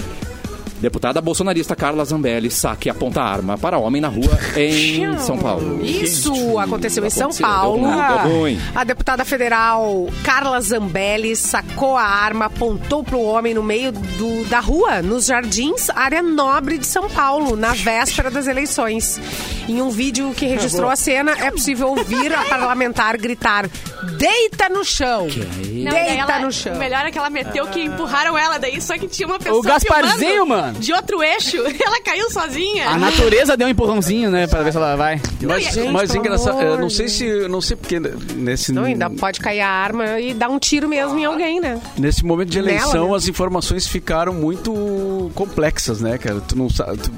Speaker 1: Deputada bolsonarista Carla Zambelli saque e aponta arma para homem na rua em São Paulo.
Speaker 5: Isso aconteceu em São
Speaker 1: aconteceu, tá deu
Speaker 5: Paulo.
Speaker 1: ruim,
Speaker 6: Ah.
Speaker 1: deu ruim.
Speaker 5: A deputada federal Carla Zambelli sacou a arma, apontou pro homem no meio do- da rua, nos jardins, área nobre de São Paulo, na véspera das eleições. Em um vídeo que registrou a cena, é possível ouvir a parlamentar gritar: deita no chão!
Speaker 1: é
Speaker 6: Não, daí
Speaker 5: Deita
Speaker 6: ela,
Speaker 5: no chão!
Speaker 6: O melhor é que ela meteu que empurraram ela daí, só que tinha uma pessoa.
Speaker 2: Gasparzinho,
Speaker 6: filmando
Speaker 2: mano.
Speaker 6: De outro eixo. Ela caiu sozinha.
Speaker 2: A natureza deu um empurrãozinho, né? Pra ver se ela vai.
Speaker 7: Mas,
Speaker 5: Gente,
Speaker 7: mas
Speaker 5: pelo
Speaker 7: engraçado,
Speaker 5: amor
Speaker 7: eu não sei
Speaker 5: de
Speaker 7: se. Não sei porque nesse,
Speaker 5: Não, Então, ainda pode cair a arma e dar um tiro mesmo em alguém, né?
Speaker 7: nesse momento de
Speaker 5: Nela,
Speaker 7: eleição
Speaker 5: né?
Speaker 7: as informações ficaram muito complexas, né, cara? Tu não sabe. tu-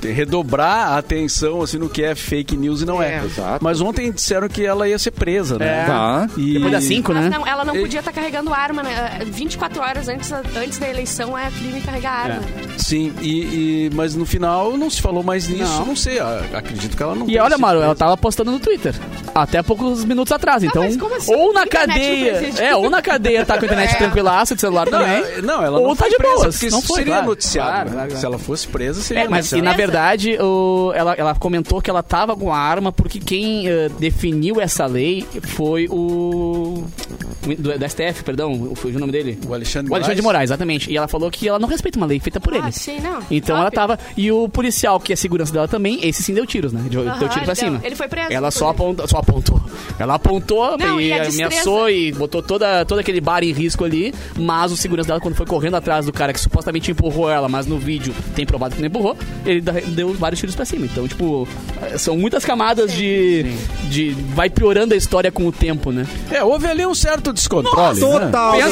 Speaker 7: te- redobrar a atenção assim no que é fake news e não é.
Speaker 5: É.
Speaker 1: Exato.
Speaker 7: Mas ontem disseram que ela ia ser presa, né?
Speaker 2: É.
Speaker 1: Tá.
Speaker 7: E...
Speaker 2: Depois das 5,
Speaker 6: Mas
Speaker 2: né?
Speaker 6: não, ela não podia estar carregando arma, né? 24 horas antes, antes da eleição é crime carregar arma.
Speaker 7: Sim, e, e- mas no final não se falou mais nisso.
Speaker 2: Não.
Speaker 7: Não, sei, a- acredito que ela não
Speaker 2: E
Speaker 7: tenha
Speaker 2: olha,
Speaker 7: sido
Speaker 2: Maru, ela
Speaker 7: presa.
Speaker 2: tava postando no Twitter. Até há poucos minutos atrás, então.
Speaker 6: mas como assim?
Speaker 2: Ou na
Speaker 6: Internet não É.
Speaker 2: cadeia.
Speaker 6: preside.
Speaker 2: É, ou na cadeia tá com a internet tranquilaça, de celular
Speaker 7: Não,
Speaker 2: também.
Speaker 7: é- não, ela
Speaker 2: ou
Speaker 7: não
Speaker 2: tá
Speaker 7: foi
Speaker 2: de
Speaker 7: presa,
Speaker 2: boas.
Speaker 7: porque
Speaker 2: Não
Speaker 7: isso
Speaker 2: foi,
Speaker 7: seria
Speaker 2: claro.
Speaker 7: noticiado.
Speaker 2: Claro,
Speaker 7: né?
Speaker 2: claro, claro.
Speaker 7: Se ela fosse presa, seria
Speaker 2: É, mas e
Speaker 7: noticiado.
Speaker 2: na
Speaker 6: Essa-
Speaker 2: verdade, o- ela, ela comentou que ela tava com a arma porque quem eh, definiu essa lei foi o. Do, da STF, perdão, foi o nome dele?
Speaker 7: O Alexandre
Speaker 2: O Alexandre de
Speaker 7: Moraes.
Speaker 2: Moraes, exatamente. E ela falou que ela não respeita uma lei feita por ele.
Speaker 6: Ah, sim, não.
Speaker 2: Então
Speaker 6: Top.
Speaker 2: ela tava. E o policial, que é a segurança dela também, esse sim deu tiros, né? Deu,
Speaker 6: Aham,
Speaker 2: deu tiro pra
Speaker 6: ele
Speaker 2: cima.
Speaker 6: deu. Ele foi preso,
Speaker 2: Ela só,
Speaker 6: inclusive.
Speaker 2: aponta, só apontou. Ela apontou
Speaker 6: Não,
Speaker 2: e,
Speaker 6: e a destreza.
Speaker 2: ameaçou e botou toda, todo aquele bar em risco ali. Mas o segurança dela, quando foi correndo atrás do cara que supostamente empurrou ela, mas no vídeo tem provado que não empurrou, ele da- deu vários tiros pra cima. Então, tipo, são muitas camadas de, de. Vai piorando a história com o tempo, né?
Speaker 7: É, houve ali um certo descontrole. né?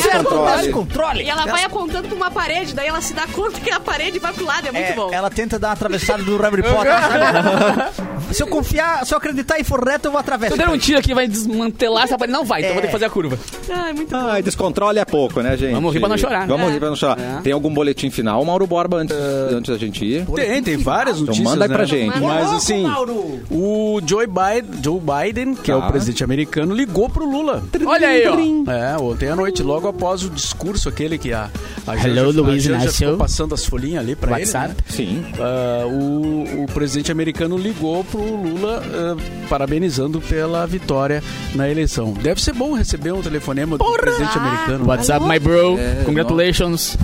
Speaker 4: Mas controle.
Speaker 6: E ela vai apontando pra uma parede, daí ela se dá conta que é a parede e vai pro lado, é muito
Speaker 4: É,
Speaker 6: bom.
Speaker 4: Ela tenta dar uma atravessada do Harry Potter. sabe? se eu confiar, se eu acreditar e for reto, eu vou
Speaker 2: Se eu
Speaker 4: atravessar.
Speaker 2: der Uhum. um tiro aqui, vai desmantelar essa parede. Não vai, então vou ter que fazer a curva.
Speaker 6: Ah, é muito
Speaker 1: Ai, descontrole é pouco, né, gente?
Speaker 2: Vamos rir pra não chorar.
Speaker 1: Vamos
Speaker 2: É.
Speaker 1: rir pra não chorar. né? Tem algum boletim final, Mauro Borba, antes, antes da gente ir?
Speaker 7: Tem, tem várias
Speaker 1: Então
Speaker 7: notícias.
Speaker 1: manda aí
Speaker 7: né?
Speaker 1: pra gente.
Speaker 5: Ô,
Speaker 7: Mas
Speaker 5: louco,
Speaker 7: assim,
Speaker 5: Mauro!
Speaker 7: o Joe Biden, Joe Biden, que é
Speaker 1: Tá.
Speaker 7: o presidente americano, ligou pro Lula.
Speaker 2: Olha aí, ó.
Speaker 7: É, ontem à noite, logo após o discurso aquele que a, a
Speaker 2: Hello,
Speaker 7: Janja- a
Speaker 2: Luiz
Speaker 7: Janja
Speaker 2: Inácio.
Speaker 7: ficou passando as folhinhas ali pra ele.
Speaker 2: WhatsApp.
Speaker 7: né?
Speaker 1: Sim.
Speaker 7: Ah, o, o presidente americano ligou pro Lula ah, parabenizando pela vitória na eleição. Deve ser bom receber um telefonema do presidente americano. É,
Speaker 2: WhatsApp, my bro. Congratulations.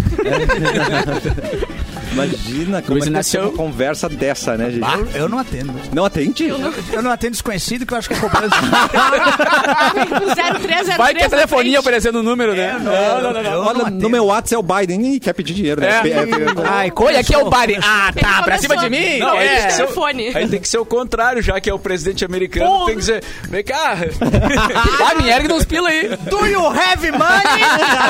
Speaker 1: Imagina como
Speaker 2: Luiz
Speaker 1: é que deve ser uma
Speaker 2: Inácio.
Speaker 1: conversa dessa, né, gente?
Speaker 4: Eu, eu não atendo.
Speaker 1: Não atende?
Speaker 4: Eu não atendo desconhecido, que eu acho que é cobrança.
Speaker 6: O 0303
Speaker 2: Vai que é
Speaker 6: na
Speaker 2: telefonia
Speaker 6: frente.
Speaker 2: oferecendo o número, né?
Speaker 4: não, não, não, não.
Speaker 1: Olha, no meu WhatsApp é o Biden. Ih, quer pedir dinheiro, né? Pe- é-
Speaker 4: Ai,
Speaker 2: Oi, aqui é o Biden. Ah,
Speaker 6: Ele
Speaker 2: tá, pra
Speaker 6: começou.
Speaker 2: cima de mim?
Speaker 7: Não, aí, tem
Speaker 2: é.
Speaker 7: que ser,
Speaker 6: Telefone.
Speaker 7: o- aí tem que ser o contrário, já que é o presidente americano.
Speaker 2: Porra.
Speaker 7: Tem que dizer, vem cá.
Speaker 2: Vai, me ergue nos pila aí.
Speaker 4: Do you have money?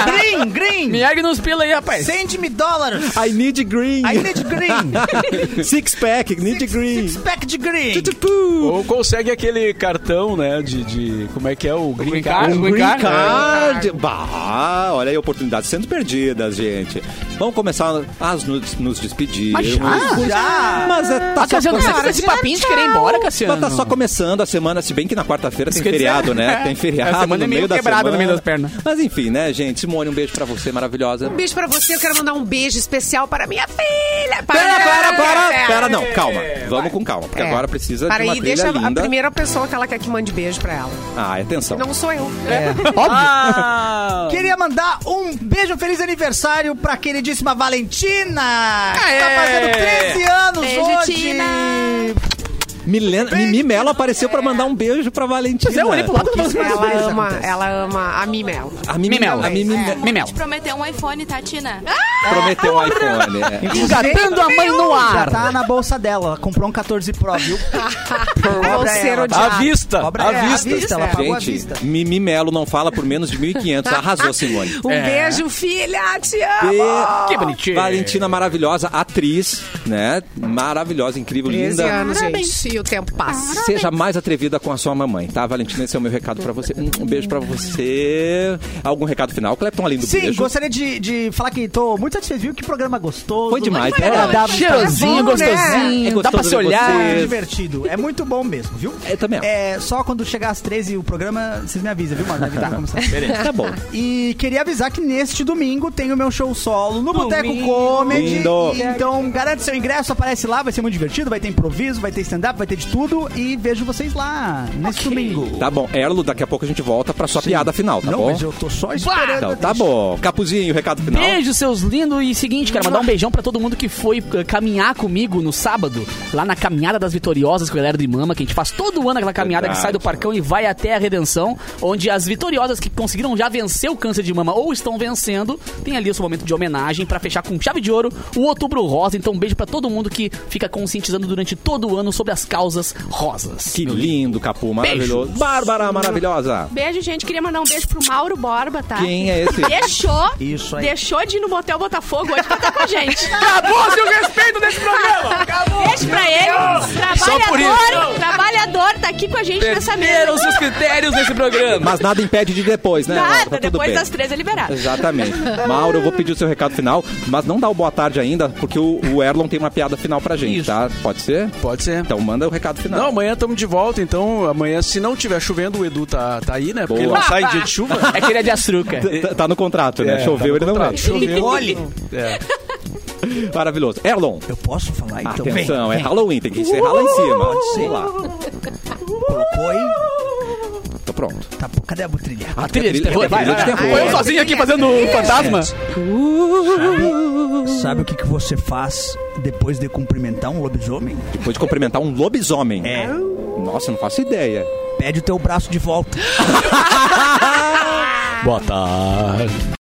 Speaker 4: green, green.
Speaker 2: Me ergue nos pila aí, rapaz.
Speaker 4: Send me dólares.
Speaker 1: I need green. green.
Speaker 4: I need green.
Speaker 1: Six pack, need green.
Speaker 4: Six pack de green.
Speaker 1: Tchutchupu.
Speaker 7: Ou consegue aquele cartão, né? De, de- como é que é o green
Speaker 10: card?
Speaker 7: card?
Speaker 1: Um
Speaker 10: green
Speaker 1: green
Speaker 10: card.
Speaker 1: card. Bah, olha aí, oportunidades sendo perdidas, gente. Vamos começar a nos, nos despedir. Mas
Speaker 4: Já.
Speaker 1: Mas é, tá,
Speaker 10: Ah,
Speaker 1: só,
Speaker 10: Cassiano, você fez esse papinho de querer ir embora, Cassiano.
Speaker 1: mas tá só começando a semana, se bem que na quarta-feira tem
Speaker 10: quer dizer.
Speaker 1: feriado, né? Tem feriado
Speaker 10: A semana
Speaker 1: no
Speaker 10: é meio
Speaker 1: meio da
Speaker 10: quebrada
Speaker 1: semana.
Speaker 10: no meio das pernas.
Speaker 1: Mas enfim, né, gente? Simone, um beijo pra você, maravilhosa.
Speaker 5: Um beijo pra você, eu quero mandar um beijo especial para minha filha.
Speaker 1: Pera, para, para, para, não, calma. Vamos com calma, porque
Speaker 5: É.
Speaker 1: agora precisa
Speaker 5: Para
Speaker 1: de uma
Speaker 5: aí,
Speaker 1: trilha
Speaker 5: deixa a
Speaker 1: linda.
Speaker 5: primeira pessoa que ela quer que mande beijo pra ela.
Speaker 1: Ah, atenção.
Speaker 5: Não sou eu. É.
Speaker 1: Tá
Speaker 4: Queria mandar um beijo feliz aniversário pra queridíssima Valentina! que tá fazendo 13 anos
Speaker 6: Beijo,
Speaker 4: hoje!
Speaker 6: Tina.
Speaker 1: Milena, Mimi Mello apareceu pra mandar um beijo pra Valentina.
Speaker 10: eu olhei pro lado e falei,
Speaker 5: Ela ama, ela ama a Mimel.
Speaker 1: A Mimi
Speaker 10: Mimel.
Speaker 1: A Mimi
Speaker 5: É.
Speaker 1: Mello
Speaker 10: Mimel.
Speaker 6: Te prometeu um iPhone, tá, Tina?
Speaker 1: prometeu um iPhone. é.
Speaker 10: Engatando a mãe no
Speaker 4: Já
Speaker 10: ar.
Speaker 4: tá na bolsa dela, ela comprou um 14 Pro, viu?
Speaker 5: Vou ser
Speaker 1: Ah,
Speaker 7: À
Speaker 10: Tá
Speaker 5: odiada.
Speaker 7: vista!
Speaker 4: Cobra
Speaker 7: à
Speaker 4: é, à
Speaker 7: vista!
Speaker 4: vista, ela pagou à vista.
Speaker 1: Gente, Mimi Melo não fala por menos de 1.500. Arrasou, Simone.
Speaker 5: Um beijo, filha, te amo.
Speaker 10: Que bonitinho.
Speaker 1: Valentina maravilhosa, atriz, né? Maravilhosa, incrível,
Speaker 5: 13
Speaker 1: linda.
Speaker 4: é.
Speaker 5: anos, gente, e o tempo passa.
Speaker 1: Seja mais atrevida com a sua mamãe, tá, Valentina? Esse é o meu recado pra você. Um um beijo pra você. Algum recado final, Clepton, além do
Speaker 4: Sim,
Speaker 1: beijo?
Speaker 4: gostaria de, de falar que tô muito satisfeito, viu? Que programa gostoso.
Speaker 1: Foi demais,
Speaker 4: muito
Speaker 1: né?
Speaker 4: agradável, tá
Speaker 10: Cheirosinho,
Speaker 5: bom, né?
Speaker 10: gostosinho.
Speaker 1: É
Speaker 10: dá
Speaker 1: gostoso
Speaker 10: pra se
Speaker 1: ver
Speaker 10: olhar.
Speaker 1: você.
Speaker 4: É divertido. É muito bom mesmo, viu?
Speaker 1: É, também acho.
Speaker 4: É, só quando chegar às 13 o programa, vocês me avisam, viu, mano? Deve estar começando.
Speaker 1: Tá bom.
Speaker 4: E queria avisar que neste domingo tem o meu show solo no Boteco Comedy.
Speaker 1: Lindo.
Speaker 4: Então, garante seu ingresso, aparece lá, vai ser muito divertido, vai ter improviso, vai ter stand-up, vai ter de tudo. E vejo vocês lá neste domingo.
Speaker 1: Tá bom. Erlo, daqui a pouco a gente volta pra sua piada final, tá
Speaker 4: Não,
Speaker 1: bom?
Speaker 4: mas eu tô só esperando.
Speaker 1: Então, tá bom. Capuzinho, recado final.
Speaker 10: Beijo, seus lindos. E seguinte, quero mandar um beijão pra todo mundo que foi eh, caminhar comigo no sábado, lá na Caminhada das Vitoriosas com a galera do Imama, que a gente faz todo ano aquela caminhada
Speaker 1: Verdade.
Speaker 10: que sai do Parcão e vai até a Redenção, onde as vitoriosas que conseguiram já vencer o câncer de mama ou estão vencendo, tem ali o seu momento de homenagem pra fechar com chave de ouro o Outubro Rosa. Então, um beijo pra todo mundo que fica conscientizando durante todo o ano sobre as causas rosas.
Speaker 1: Que lindo, Capu, maravilhoso. Bárbara, maravilhosa.
Speaker 6: Beijo, gente. Queria mandar um beijo pro Mauro Borba, tá?
Speaker 1: Quem é esse?
Speaker 6: Deixou,
Speaker 4: Isso aí.
Speaker 6: deixou de ir no Motel Botafogo hoje pra estar com a gente.
Speaker 10: Acabou-se o respeito desse programa!
Speaker 6: Beijo pra ele.
Speaker 7: Só por
Speaker 6: Trabalhador,
Speaker 7: isso.
Speaker 6: trabalhador tá aqui com a gente nessa mesa.
Speaker 10: Perderam-se os critérios desse programa.
Speaker 1: Mas nada impede de depois, né? Laura?
Speaker 6: Nada,
Speaker 1: Tá tudo
Speaker 6: depois
Speaker 1: bem.
Speaker 6: das três é liberado.
Speaker 1: Exatamente. Mauro, eu vou pedir o seu recado final, mas não dá o boa tarde ainda, porque o, o Erlon tem uma piada final pra gente,
Speaker 7: Isso.
Speaker 1: tá? Pode ser?
Speaker 7: Pode ser.
Speaker 1: Então manda o recado final.
Speaker 7: Não, amanhã estamos de volta, então amanhã, se não tiver chovendo, o Edu tá, tá aí, né?
Speaker 1: Boa.
Speaker 7: Porque ele não sai em dia de chuva.
Speaker 10: É que ele é de açúcar.
Speaker 1: Tá- Tá no contrato, né?
Speaker 7: É,
Speaker 1: Choveu, ele não vai.
Speaker 7: Choveu. É. Olhe.
Speaker 1: Maravilhoso. Erlon,
Speaker 4: Eu posso falar então? Vem,
Speaker 1: atenção, é
Speaker 4: vem.
Speaker 1: Halloween, tem que encerrar lá em cima. Vamos lá.
Speaker 4: Colocou aí.
Speaker 1: Tô pronto.
Speaker 4: Tá, pô, cadê a botrilha?
Speaker 10: A trilha de
Speaker 1: Trilha-
Speaker 10: terror, vai,
Speaker 1: trilha
Speaker 7: Ah,
Speaker 1: de
Speaker 10: vai.
Speaker 1: terror.
Speaker 10: Eu sozinho aqui fazendo um fantasma.
Speaker 4: Sabe o que, que você faz depois de cumprimentar um lobisomem?
Speaker 1: Depois de cumprimentar um lobisomem.
Speaker 4: É.
Speaker 1: Nossa, não faço ideia.
Speaker 4: Pede o teu braço de volta.
Speaker 10: Boa tarde.